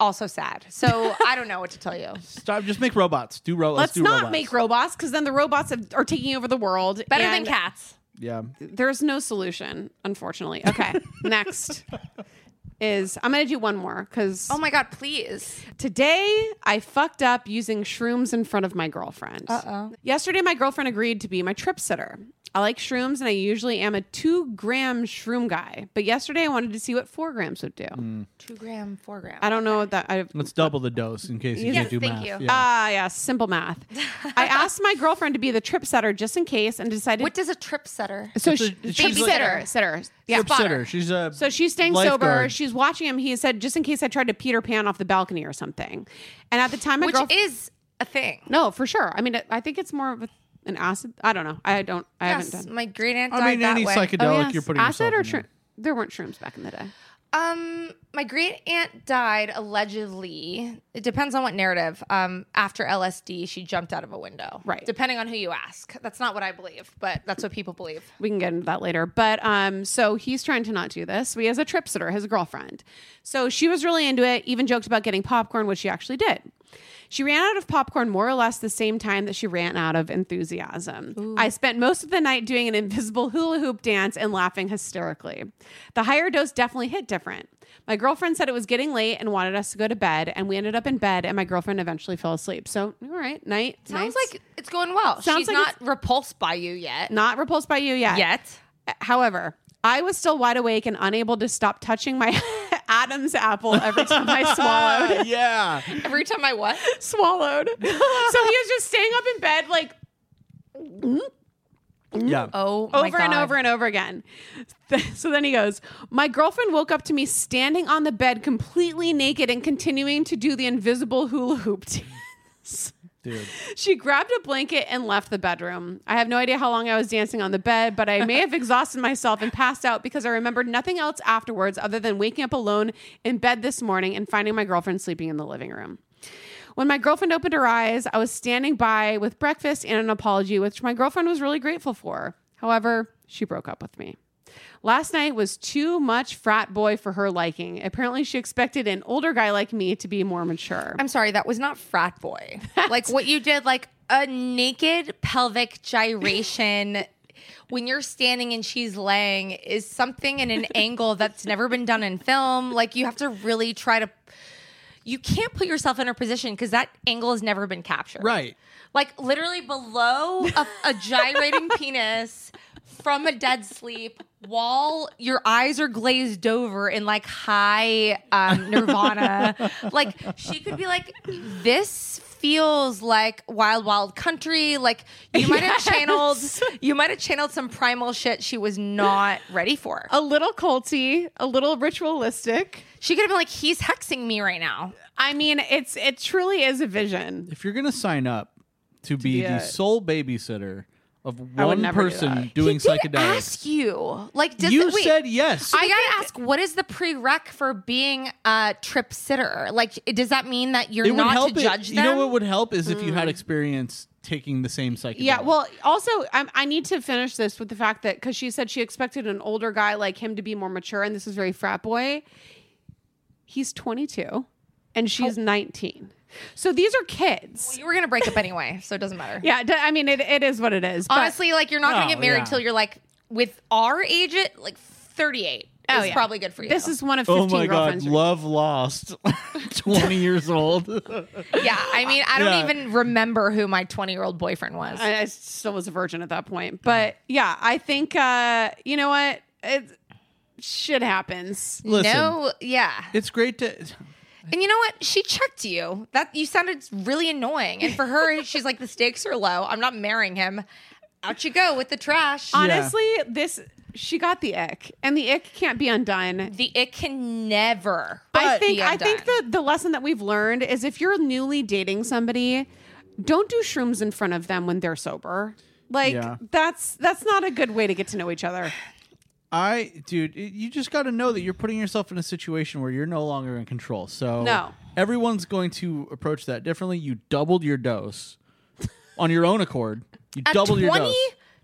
[SPEAKER 2] also sad. So I don't know what to tell you.
[SPEAKER 3] Stop. Just make robots. Do ro-
[SPEAKER 1] Let's,
[SPEAKER 3] do
[SPEAKER 1] not
[SPEAKER 3] robots.
[SPEAKER 1] make robots because then the robots have, are taking over the world.
[SPEAKER 2] Better
[SPEAKER 1] and
[SPEAKER 2] than cats.
[SPEAKER 3] Yeah.
[SPEAKER 1] There's no solution, unfortunately. Okay, next is I'm gonna do one more because
[SPEAKER 2] Oh my god, please.
[SPEAKER 1] Today, I fucked up using shrooms in front of my girlfriend. Uh oh. Yesterday, my girlfriend agreed to be my trip sitter. I like shrooms and I usually am a two gram shroom guy, but yesterday I wanted to see what four grams would do.
[SPEAKER 3] Mm.
[SPEAKER 2] Two gram, four gram.
[SPEAKER 1] I don't know what that. I,
[SPEAKER 3] Let's double the dose in case you
[SPEAKER 2] Yes,
[SPEAKER 3] can't do
[SPEAKER 2] thank
[SPEAKER 3] math.
[SPEAKER 2] you.
[SPEAKER 3] Yeah.
[SPEAKER 1] ah, yeah, simple math. I asked my girlfriend to be the trip setter just in case and decided.
[SPEAKER 2] What does a trip setter?
[SPEAKER 1] so
[SPEAKER 3] It's a-
[SPEAKER 1] she,
[SPEAKER 3] it's
[SPEAKER 1] trip
[SPEAKER 2] just like-
[SPEAKER 1] sitter, sitter, yeah.
[SPEAKER 3] Trip sitter. She's a
[SPEAKER 1] So she's staying sober.
[SPEAKER 3] lifeguard.
[SPEAKER 1] She's watching him. He said, just in case I tried to Peter Pan off the balcony or something. And at the time, my
[SPEAKER 2] Which
[SPEAKER 1] girlfriend.
[SPEAKER 2] is a thing.
[SPEAKER 1] No, for sure. I mean, I think it's more of a, an acid. I don't know. I don't. I
[SPEAKER 2] Yes, Oh,
[SPEAKER 1] haven't done.
[SPEAKER 2] my great aunt died
[SPEAKER 3] I mean,
[SPEAKER 2] that
[SPEAKER 3] any
[SPEAKER 2] way.
[SPEAKER 3] psychedelic
[SPEAKER 1] yes.
[SPEAKER 3] you're putting
[SPEAKER 1] Oh, acid
[SPEAKER 3] yourself
[SPEAKER 1] or
[SPEAKER 3] in there.
[SPEAKER 1] shroom. There weren't shrooms back in the day.
[SPEAKER 2] um, my great aunt died allegedly. It depends on what narrative. Um, after LSD, she jumped out of a window.
[SPEAKER 1] Right.
[SPEAKER 2] Depending on who you ask. That's not what I believe, but that's what people believe.
[SPEAKER 1] We can get into that later. But um, so he's trying to not do this. He has a trip sitter, his girlfriend. So she was really into it. Even joked about getting popcorn, which she actually did. She ran out of popcorn more or less the same time that she ran out of enthusiasm. I spent most of the night doing an invisible hula hoop dance and laughing hysterically. The higher dose definitely hit different. My girlfriend said it was getting late and wanted us to go to bed, and we ended up in bed, and my girlfriend eventually fell asleep. So, all right, night.
[SPEAKER 2] Sounds
[SPEAKER 1] nights.
[SPEAKER 2] like it's going well.
[SPEAKER 1] Sounds
[SPEAKER 2] She's
[SPEAKER 1] like
[SPEAKER 2] not repulsed by you yet.
[SPEAKER 1] not repulsed by you yet.
[SPEAKER 2] Yet.
[SPEAKER 1] However, I was still wide awake and unable to stop touching my Adam's apple every time I swallowed.
[SPEAKER 3] yeah.
[SPEAKER 2] Every time I what?
[SPEAKER 1] swallowed. so he was just staying up in bed like
[SPEAKER 3] Yeah.
[SPEAKER 2] Oh, my
[SPEAKER 1] over and
[SPEAKER 2] God.
[SPEAKER 1] over and over again. So then he goes, My girlfriend woke up to me standing on the bed completely naked and continuing to do the invisible hula hoop dance.
[SPEAKER 3] dude.
[SPEAKER 1] She grabbed a blanket and left the bedroom. I have no idea how long I was dancing on the bed, but I may have exhausted myself and passed out because I remembered nothing else afterwards other than waking up alone in bed this morning and finding my girlfriend sleeping in the living room. When my girlfriend opened her eyes, I was standing by with breakfast and an apology, which my girlfriend was really grateful for. However, she broke up with me. Last night was too much frat boy for her liking. Apparently, she expected an older guy like me to be more mature.
[SPEAKER 2] I'm sorry, that was not frat boy. like what you did, like a naked pelvic gyration when you're standing and she's laying is something in an angle that's never been done in film. Like you have to really try to. You can't put yourself in a position because that angle has never been captured.
[SPEAKER 3] Right.
[SPEAKER 2] Like literally below a, a gyrating penis from a dead sleep while your eyes are glazed over in like high um, nirvana. like she could be like, this feels like wild wild country like you might have channeled you might have channeled some primal shit she was not ready for
[SPEAKER 1] a little culty, a little ritualistic.
[SPEAKER 2] she could have been like he's hexing me right now
[SPEAKER 1] I mean, it's it truly is a vision.
[SPEAKER 3] If you're gonna sign up to be
[SPEAKER 1] be
[SPEAKER 3] the
[SPEAKER 1] a-
[SPEAKER 3] sole babysitter of
[SPEAKER 1] I would
[SPEAKER 3] one
[SPEAKER 1] never do
[SPEAKER 3] person
[SPEAKER 1] that.
[SPEAKER 3] doing
[SPEAKER 2] He did
[SPEAKER 3] psychedelics,
[SPEAKER 2] ask you like does
[SPEAKER 3] you
[SPEAKER 2] it- wait,
[SPEAKER 3] said yes.
[SPEAKER 2] I gotta ask, what is the prereq for being a trip sitter? Like, it- does that mean that you're
[SPEAKER 3] it would
[SPEAKER 2] not
[SPEAKER 3] help.
[SPEAKER 2] to
[SPEAKER 3] it-
[SPEAKER 2] judge
[SPEAKER 3] you
[SPEAKER 2] them?
[SPEAKER 3] know what would help is if you had experience taking the same psychedelic.
[SPEAKER 1] Yeah. Well, also, I, I need to finish this with the fact that because she said she expected an older guy like him to be more mature, and this is very frat boy. He's 22, and
[SPEAKER 3] Oh.
[SPEAKER 1] she's 19. So these are kids.
[SPEAKER 2] you were gonna break up anyway, so it doesn't matter.
[SPEAKER 1] Yeah. d- I mean, it, it is what it is. but-
[SPEAKER 2] Honestly, like you're not
[SPEAKER 3] Oh,
[SPEAKER 2] gonna get married
[SPEAKER 3] yeah.
[SPEAKER 2] till you're like with our age, it like 38
[SPEAKER 1] Oh,
[SPEAKER 2] is
[SPEAKER 1] yeah.
[SPEAKER 2] probably good for you.
[SPEAKER 1] this is one of 15
[SPEAKER 3] Oh my god,
[SPEAKER 1] girlfriends.
[SPEAKER 3] love lost. Twenty years old.
[SPEAKER 2] yeah. I mean, I don't
[SPEAKER 3] Yeah.
[SPEAKER 2] even remember who my 20 year old boyfriend was.
[SPEAKER 1] I, I still was a virgin at that point, but yeah, I think uh, you know what it shit happens.
[SPEAKER 3] Listen,
[SPEAKER 2] no, yeah.
[SPEAKER 3] it's great to.
[SPEAKER 2] And you know what? She checked you. That you sounded really annoying. And for her, she's like, the stakes are low. I'm not marrying him. Out you go with the trash.
[SPEAKER 1] Honestly, this she got the ick, and the ick can't be undone.
[SPEAKER 2] The it can never.
[SPEAKER 1] I
[SPEAKER 2] be
[SPEAKER 1] think I think
[SPEAKER 2] undone.
[SPEAKER 1] the the lesson that we've learned is if you're newly dating somebody, don't do shrooms in front of them when they're sober. Like
[SPEAKER 3] Yeah.
[SPEAKER 1] that's that's not a good way to get to know each other.
[SPEAKER 3] I, dude, it- you just got to know that you're putting yourself in a situation where you're no longer in control. So
[SPEAKER 1] No.
[SPEAKER 3] everyone's going to approach that differently. You doubled your dose on your own accord. You doubled your dose.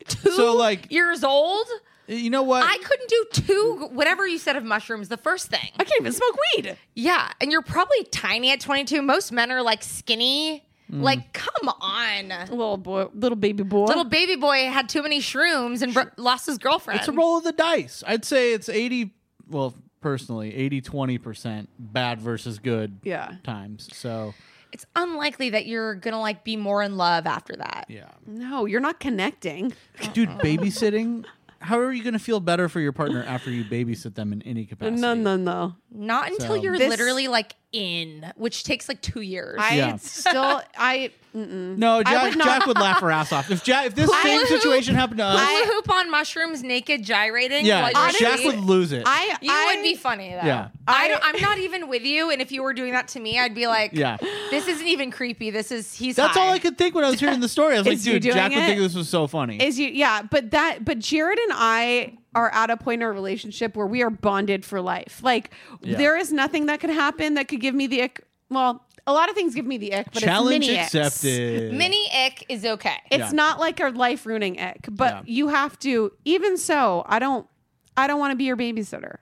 [SPEAKER 2] 22
[SPEAKER 3] So, like- uh,
[SPEAKER 2] years old.
[SPEAKER 3] You know what?
[SPEAKER 2] I couldn't do two whatever you said of mushrooms. The first thing,
[SPEAKER 1] I can't even smoke weed.
[SPEAKER 2] yeah, and you're probably tiny at 22. Most men are like skinny.
[SPEAKER 3] Mm.
[SPEAKER 2] Like, come on,
[SPEAKER 1] Little boy, little baby boy.
[SPEAKER 2] little baby boy had too many shrooms and bro- lost his girlfriend.
[SPEAKER 3] it's a roll of the dice. I'd say it's 80, well, personally, 80 20% bad versus good
[SPEAKER 1] Yeah.
[SPEAKER 3] times. So,
[SPEAKER 2] It's unlikely that you're gonna like be more in love after that.
[SPEAKER 3] yeah.
[SPEAKER 1] no, you're not connecting.
[SPEAKER 3] Dude, babysitting. How are you going to feel better for your partner after you babysit them in any capacity?
[SPEAKER 1] No, no, no.
[SPEAKER 2] Not until
[SPEAKER 3] So-
[SPEAKER 2] you're
[SPEAKER 1] This-
[SPEAKER 2] literally like in, which takes like two years.
[SPEAKER 1] I
[SPEAKER 3] Yeah.
[SPEAKER 1] still I mm-mm.
[SPEAKER 3] No, Jack,
[SPEAKER 1] would not-
[SPEAKER 3] Jack would laugh her ass off. If Jack, if this same
[SPEAKER 2] hoop-
[SPEAKER 3] situation happened to us,
[SPEAKER 2] I hoop on mushrooms, naked, gyrating.
[SPEAKER 3] yeah,
[SPEAKER 2] while you're
[SPEAKER 3] Jack
[SPEAKER 2] asleep.
[SPEAKER 3] would lose it.
[SPEAKER 1] I
[SPEAKER 2] You
[SPEAKER 1] I,
[SPEAKER 2] would be funny though.
[SPEAKER 3] Yeah.
[SPEAKER 2] I, don't, I'm not even with you, and if you were doing that to me, I'd be like,
[SPEAKER 3] Yeah.
[SPEAKER 2] this isn't even creepy. This is he's.
[SPEAKER 3] That's all
[SPEAKER 2] high."
[SPEAKER 3] I could think when I was hearing the story. I was like,
[SPEAKER 1] Is you
[SPEAKER 3] dude,
[SPEAKER 1] doing
[SPEAKER 3] Jack would
[SPEAKER 1] it?
[SPEAKER 3] think this was so funny.
[SPEAKER 1] is you yeah but that but jared and i are at a point in our relationship where we are bonded for life like
[SPEAKER 3] Yeah.
[SPEAKER 1] there is nothing that could happen that could give me the ick well a lot of things give me the ick but it's
[SPEAKER 3] Challenge
[SPEAKER 1] mini icks.
[SPEAKER 3] accepted.
[SPEAKER 2] Mini ick is okay.
[SPEAKER 1] it's
[SPEAKER 3] Yeah.
[SPEAKER 1] not like a life ruining ick but
[SPEAKER 3] Yeah.
[SPEAKER 1] you have to even so i don't i don't want to be your babysitter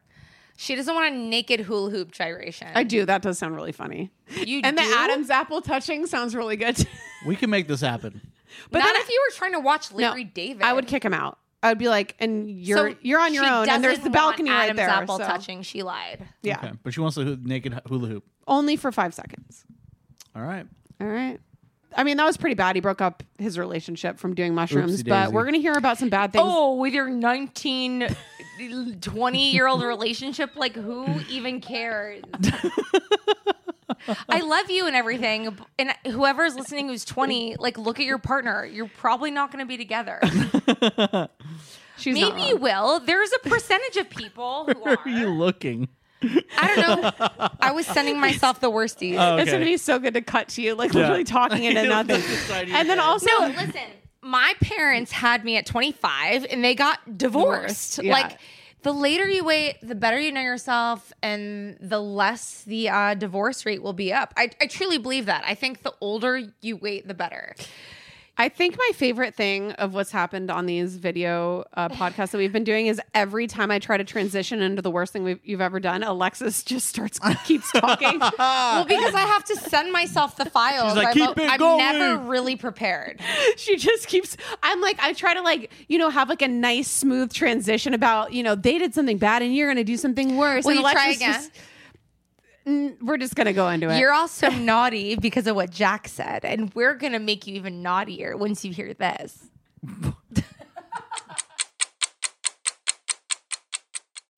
[SPEAKER 2] she doesn't want a naked hula hoop gyration.
[SPEAKER 1] i do that does sound really funny
[SPEAKER 2] You
[SPEAKER 1] and
[SPEAKER 2] do?
[SPEAKER 1] the adam's apple touching sounds really good
[SPEAKER 3] we can make this happen.
[SPEAKER 2] but
[SPEAKER 1] but
[SPEAKER 2] not
[SPEAKER 1] then
[SPEAKER 2] if you were trying to watch
[SPEAKER 1] no,
[SPEAKER 2] Larry David.
[SPEAKER 1] i would kick him out i would be like and you're
[SPEAKER 2] So
[SPEAKER 1] you're on your
[SPEAKER 2] she
[SPEAKER 1] own and there's
[SPEAKER 2] doesn't
[SPEAKER 1] the
[SPEAKER 2] want
[SPEAKER 1] balcony right
[SPEAKER 2] Adam's
[SPEAKER 1] there
[SPEAKER 2] Apple
[SPEAKER 1] so-
[SPEAKER 2] touching. She lied.
[SPEAKER 1] yeah
[SPEAKER 3] Okay. But she wants the hoo- naked hula hoop.
[SPEAKER 1] only for five seconds.
[SPEAKER 3] All right.
[SPEAKER 1] All right. I mean, that was pretty bad. He broke up his relationship from doing mushrooms,
[SPEAKER 3] Oopsie
[SPEAKER 1] but
[SPEAKER 3] daisy.
[SPEAKER 1] we're going to hear about some bad things.
[SPEAKER 2] Oh, with your 19, 20 year old relationship, like who even cares? I love you and everything. b- And whoever's listening who's 20, like look at your partner. You're probably not going to be together.
[SPEAKER 1] She's not
[SPEAKER 2] Maybe you
[SPEAKER 1] wrong.
[SPEAKER 2] will. There's a percentage of people who
[SPEAKER 3] Where are you
[SPEAKER 2] are.
[SPEAKER 3] looking?
[SPEAKER 2] I don't know. I was sending myself the worsties.
[SPEAKER 1] That's gonna be so good to cut to you, like
[SPEAKER 3] Yeah.
[SPEAKER 1] literally talking into
[SPEAKER 3] Like,
[SPEAKER 1] nothing.
[SPEAKER 3] inside your
[SPEAKER 1] and then
[SPEAKER 3] head.
[SPEAKER 1] also,
[SPEAKER 2] no, listen. My parents had me at 25 and they got divorced.
[SPEAKER 1] Divorced, yeah.
[SPEAKER 2] Like the later you wait, the better you know yourself and the less the uh, divorce rate will be up. I, I truly believe that. I think the older you wait, the better.
[SPEAKER 1] I think my favorite thing of what's happened on these video uh, podcasts that we've been doing is every time I try to transition into the worst thing we've, you've ever done, Alexis just starts keeps talking.
[SPEAKER 2] well, because I have to send myself the files.
[SPEAKER 3] like,
[SPEAKER 2] I'm,
[SPEAKER 3] "Keep it
[SPEAKER 2] I'm
[SPEAKER 3] going."
[SPEAKER 2] never really prepared.
[SPEAKER 1] she just keeps i'm like i try to like you know have like a nice smooth transition about you know they did something bad and you're gonna do something worse
[SPEAKER 2] Will
[SPEAKER 1] and
[SPEAKER 2] you try
[SPEAKER 1] Alexis
[SPEAKER 2] again?
[SPEAKER 1] just- Mm, we're just gonna go into it
[SPEAKER 2] You're also naughty because of what Jack said, and we're gonna make you even naughtier once you hear this.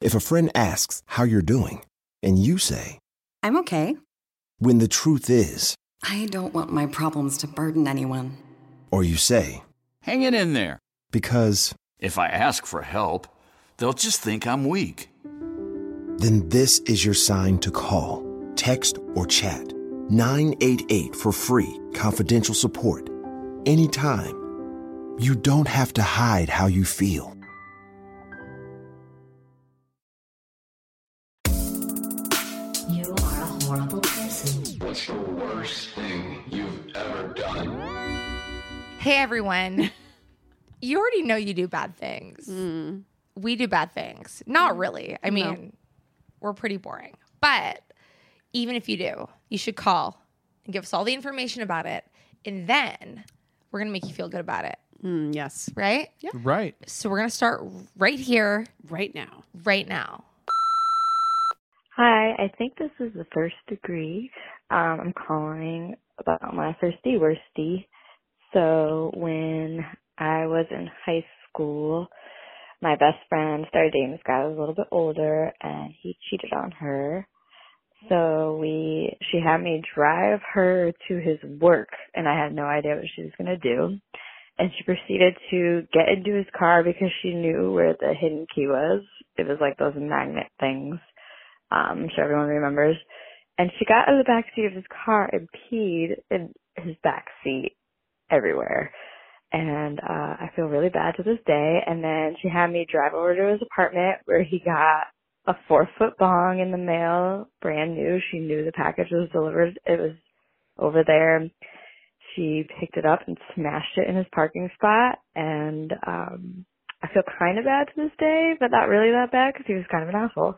[SPEAKER 6] If a friend asks how you're doing, and you say,
[SPEAKER 7] I'm okay.
[SPEAKER 6] when the truth is,
[SPEAKER 7] I don't want my problems to burden anyone.
[SPEAKER 6] or you say,
[SPEAKER 8] Hang it in there.
[SPEAKER 6] because,
[SPEAKER 8] If I ask for help, they'll just think I'm weak.
[SPEAKER 6] then this is your sign to call, text, or chat 988 for free, confidential support, anytime. You don't have to hide how you feel.
[SPEAKER 11] You are a horrible person.
[SPEAKER 2] Hey everyone. You already know you do bad things. We do bad things. Not really. I mean, we're pretty boring. But even if you do, you should call and give us all the information about it. And then we're going to make you feel good about it.
[SPEAKER 1] Mm, yes
[SPEAKER 2] Right? Yeah.
[SPEAKER 3] Right.
[SPEAKER 2] So we're going to start right here,
[SPEAKER 1] right now
[SPEAKER 2] right now.
[SPEAKER 11] Hi, I think this is the first degree. Um, I'm calling about my firsty worsty. So when I was in high school, my best friend started dating this guy who was a little bit older, and he cheated on her. So we, she had me drive her to his work, and I had no idea what she was gonna do. And she proceeded to get into his car because she knew where the hidden key was. It was like those magnet things um, I'm sure everyone remembers. And she got out of the back seat of his car and peed in his back seat everywhere. And uh, I feel really bad to this day. And then she had me drive over to his apartment where he got a four foot bong in the mail, brand new. She knew the package was delivered. It was over there. She picked it up and smashed it in his parking spot. And um, I feel kind of bad to this day, but not really that bad because he was kind of an asshole.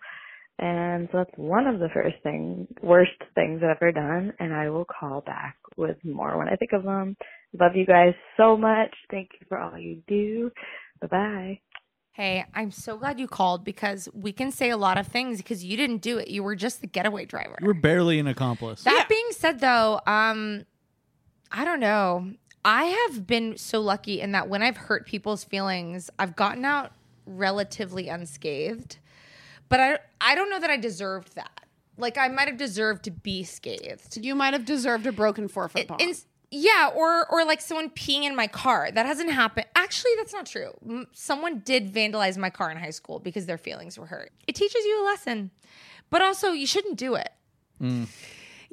[SPEAKER 11] And so that's one of the first thing, worst things I've ever done. And I will call back with more when I think of them. Love you guys so much. Thank you for all you do. Bye bye.
[SPEAKER 2] Hey, I'm so glad you called because we can say a lot of things because you didn't do it. You were just the getaway driver.
[SPEAKER 3] You were barely an accomplice.
[SPEAKER 2] That being said, though, um, I don't know. I have been so lucky in that when I've hurt people's feelings, I've gotten out relatively unscathed. But I, I don't know that I deserved that. Like I might have deserved to be scathed.
[SPEAKER 1] you might have deserved a broken four foot ball
[SPEAKER 2] In- yeah, or or like someone peeing in my car. That hasn't happened. Actually, that's not true. M- Someone did vandalize my car in high school because their feelings were hurt. It teaches you a lesson, but also you shouldn't do it.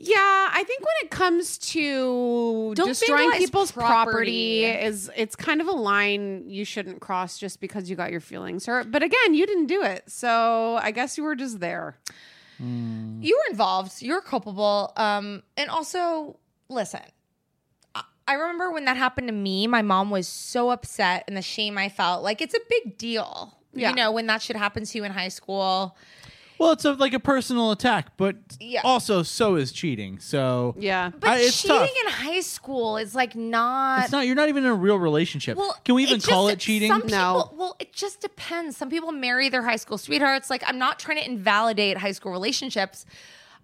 [SPEAKER 1] yeah i think when it comes to
[SPEAKER 2] Don't
[SPEAKER 1] destroying
[SPEAKER 2] vandalize
[SPEAKER 1] people's property.
[SPEAKER 2] property.
[SPEAKER 1] is it's kind of a line you shouldn't cross just because you got your feelings hurt but again you didn't do it so i guess you were just there
[SPEAKER 2] You were involved. You're culpable. Um, and also, listen, I- I remember when that happened to me, my mom was so upset and the shame I felt. Like, it's a big deal,
[SPEAKER 1] Yeah.
[SPEAKER 2] you know, when that shit happens to you in high school.
[SPEAKER 3] Well, it's a, like a personal attack, but
[SPEAKER 2] Yeah.
[SPEAKER 3] also so is cheating. So
[SPEAKER 1] yeah
[SPEAKER 2] But
[SPEAKER 3] I- it's
[SPEAKER 2] cheating
[SPEAKER 3] tough.
[SPEAKER 2] in high school is like not.
[SPEAKER 3] it's not. You're not even in a real relationship.
[SPEAKER 2] Well,
[SPEAKER 3] Can we even
[SPEAKER 2] just-
[SPEAKER 3] call it cheating?
[SPEAKER 1] No.
[SPEAKER 2] Some people- well, it just depends. Some people marry their high school sweethearts. Like, I'm not trying to invalidate high school relationships.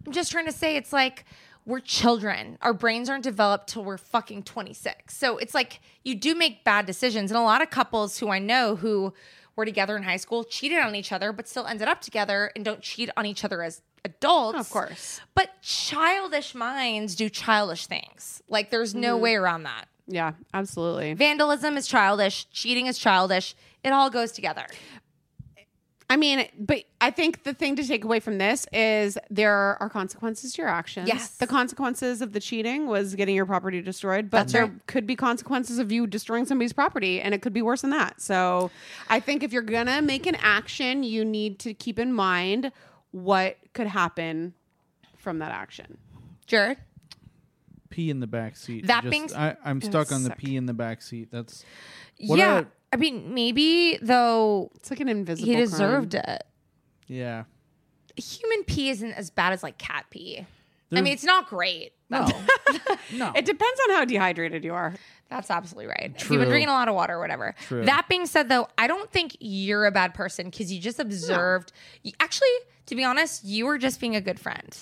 [SPEAKER 2] I'm just trying to say it's like we're children. Our brains aren't developed till we're fucking 26. So it's like you do make bad decisions. And a lot of couples who I know who were together in high school cheated on each other, but still ended up together and don't cheat on each other as adults.
[SPEAKER 1] Of course.
[SPEAKER 2] But childish minds do childish things. Like, there's
[SPEAKER 1] Mm-hmm.
[SPEAKER 2] no way around that.
[SPEAKER 1] yeah absolutely
[SPEAKER 2] Vandalism is childish. Cheating is childish. It all goes together.
[SPEAKER 1] I mean, but I think the thing to take away from this is there are consequences to your actions.
[SPEAKER 2] Yes.
[SPEAKER 1] The consequences of the cheating was getting your property destroyed, but
[SPEAKER 2] That's
[SPEAKER 1] there
[SPEAKER 2] right.
[SPEAKER 1] could be consequences of you destroying somebody's property, and it could be worse than that. So I think if you're going to make an action, you need to keep in mind what could happen from that action.
[SPEAKER 2] Jared?
[SPEAKER 3] Pee in the back seat.
[SPEAKER 2] That
[SPEAKER 3] Just-
[SPEAKER 2] being s-
[SPEAKER 3] I, I'm
[SPEAKER 1] That
[SPEAKER 3] stuck on the
[SPEAKER 1] sucked.
[SPEAKER 3] pee in the back seat. That's
[SPEAKER 2] yeah.
[SPEAKER 3] about-
[SPEAKER 2] I mean, maybe though
[SPEAKER 1] It's like an invisible.
[SPEAKER 2] he deserved
[SPEAKER 1] crime.
[SPEAKER 2] it.
[SPEAKER 3] yeah.
[SPEAKER 2] Human pee isn't as bad as like cat pee. I
[SPEAKER 3] There's-
[SPEAKER 2] mean, it's not great.
[SPEAKER 3] No, no.
[SPEAKER 1] It depends on how dehydrated you are.
[SPEAKER 2] That's absolutely right. If you've been
[SPEAKER 3] True.
[SPEAKER 2] drinking a lot of water or whatever.
[SPEAKER 3] True.
[SPEAKER 2] That being said, though, I don't think you're a bad person because you just observed. You, actually, to be honest, you were just being a good friend.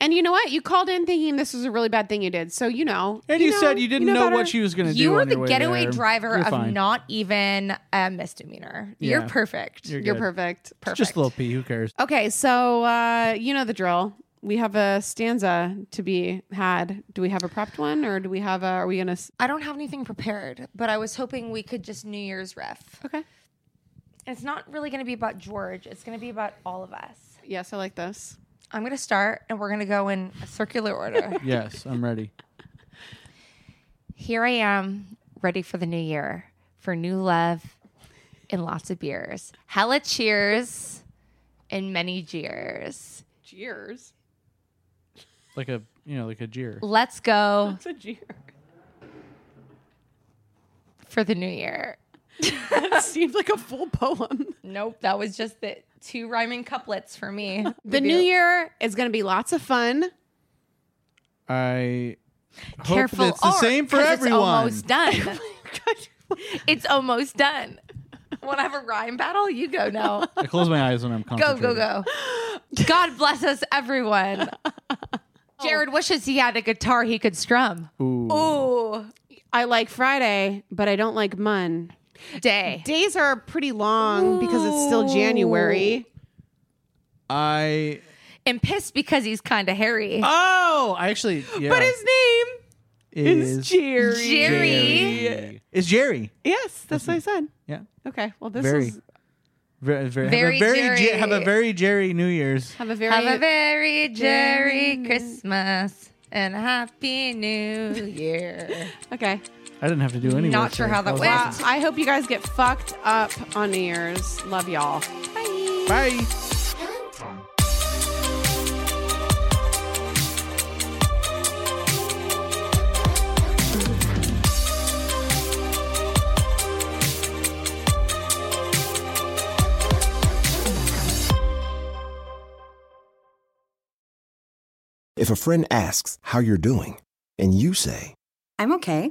[SPEAKER 1] And you know what? You called in thinking this was a really bad thing you did. So you know.
[SPEAKER 3] and you, said
[SPEAKER 1] know-
[SPEAKER 3] you didn't know,
[SPEAKER 1] better.
[SPEAKER 3] what she was going to do.
[SPEAKER 2] You were
[SPEAKER 3] on
[SPEAKER 2] the
[SPEAKER 3] your way
[SPEAKER 2] getaway
[SPEAKER 3] there.
[SPEAKER 2] driver
[SPEAKER 3] You're
[SPEAKER 2] of
[SPEAKER 3] fine.
[SPEAKER 2] not even a misdemeanor. You're
[SPEAKER 3] Yeah.
[SPEAKER 2] perfect.
[SPEAKER 3] You're
[SPEAKER 1] You're
[SPEAKER 3] good.
[SPEAKER 1] perfect.
[SPEAKER 3] It's Just a little pee. Who cares?
[SPEAKER 1] Okay, so uh, you know the drill. We have a stanza to be had. Do we have a prepped one, or do we have a? Are we gonna? s-
[SPEAKER 2] I don't have anything prepared, but I was hoping we could just New Year's riff.
[SPEAKER 1] Okay.
[SPEAKER 2] And it's not really going to be about George. It's going to be about all of us.
[SPEAKER 1] Yes, I like this.
[SPEAKER 2] I'm going to start, and we're going to go in a circular order.
[SPEAKER 3] Yes, I'm ready.
[SPEAKER 2] Here I am, ready for the new year, for new love and lots of beers. Hella cheers and many jeers.
[SPEAKER 1] Cheers.
[SPEAKER 3] Like a you know like a jeer.
[SPEAKER 2] Let's go
[SPEAKER 1] It's a jeer.
[SPEAKER 2] for the new year.
[SPEAKER 1] That seemed like a full poem.
[SPEAKER 2] Nope, that was just the two rhyming couplets for me.
[SPEAKER 1] The new year is gonna be lots of fun.
[SPEAKER 3] I hope
[SPEAKER 2] Careful.
[SPEAKER 3] it's the
[SPEAKER 2] or-
[SPEAKER 3] same for
[SPEAKER 2] 'cause
[SPEAKER 3] everyone.
[SPEAKER 2] It's almost done. it's almost done. Want to have a rhyme battle? You go now.
[SPEAKER 3] I close my eyes when I'm
[SPEAKER 2] Go,
[SPEAKER 3] concentrating.
[SPEAKER 2] go, go. God bless us, everyone. Jared wishes he had a guitar he could strum.
[SPEAKER 3] Ooh.
[SPEAKER 2] Ooh,
[SPEAKER 1] I like Friday, but I don't like Mun.
[SPEAKER 2] day.
[SPEAKER 1] Days are pretty long because it's still January.
[SPEAKER 3] I
[SPEAKER 2] And pissed because he's kind of hairy.
[SPEAKER 3] oh I actually yeah
[SPEAKER 1] But his name is, Jerry.
[SPEAKER 2] Jerry.
[SPEAKER 3] It's Jerry.
[SPEAKER 1] Yes, that's what I said.
[SPEAKER 3] Yeah.
[SPEAKER 1] Okay. Well, this
[SPEAKER 3] Very.
[SPEAKER 1] is
[SPEAKER 3] Very,
[SPEAKER 2] Very
[SPEAKER 3] very, have a very
[SPEAKER 2] Jerry.
[SPEAKER 3] Je- have a very Jerry New Year's.
[SPEAKER 1] have a very
[SPEAKER 2] Have a very Jerry Christmas and a happy new year.
[SPEAKER 1] okay.
[SPEAKER 3] I didn't have to do anything.
[SPEAKER 2] Not sure how that went.
[SPEAKER 1] Well, I hope you guys get fucked up on New Year's. Love y'all.
[SPEAKER 3] Bye.
[SPEAKER 6] If a friend asks how you're doing, and you say,
[SPEAKER 7] I'm okay.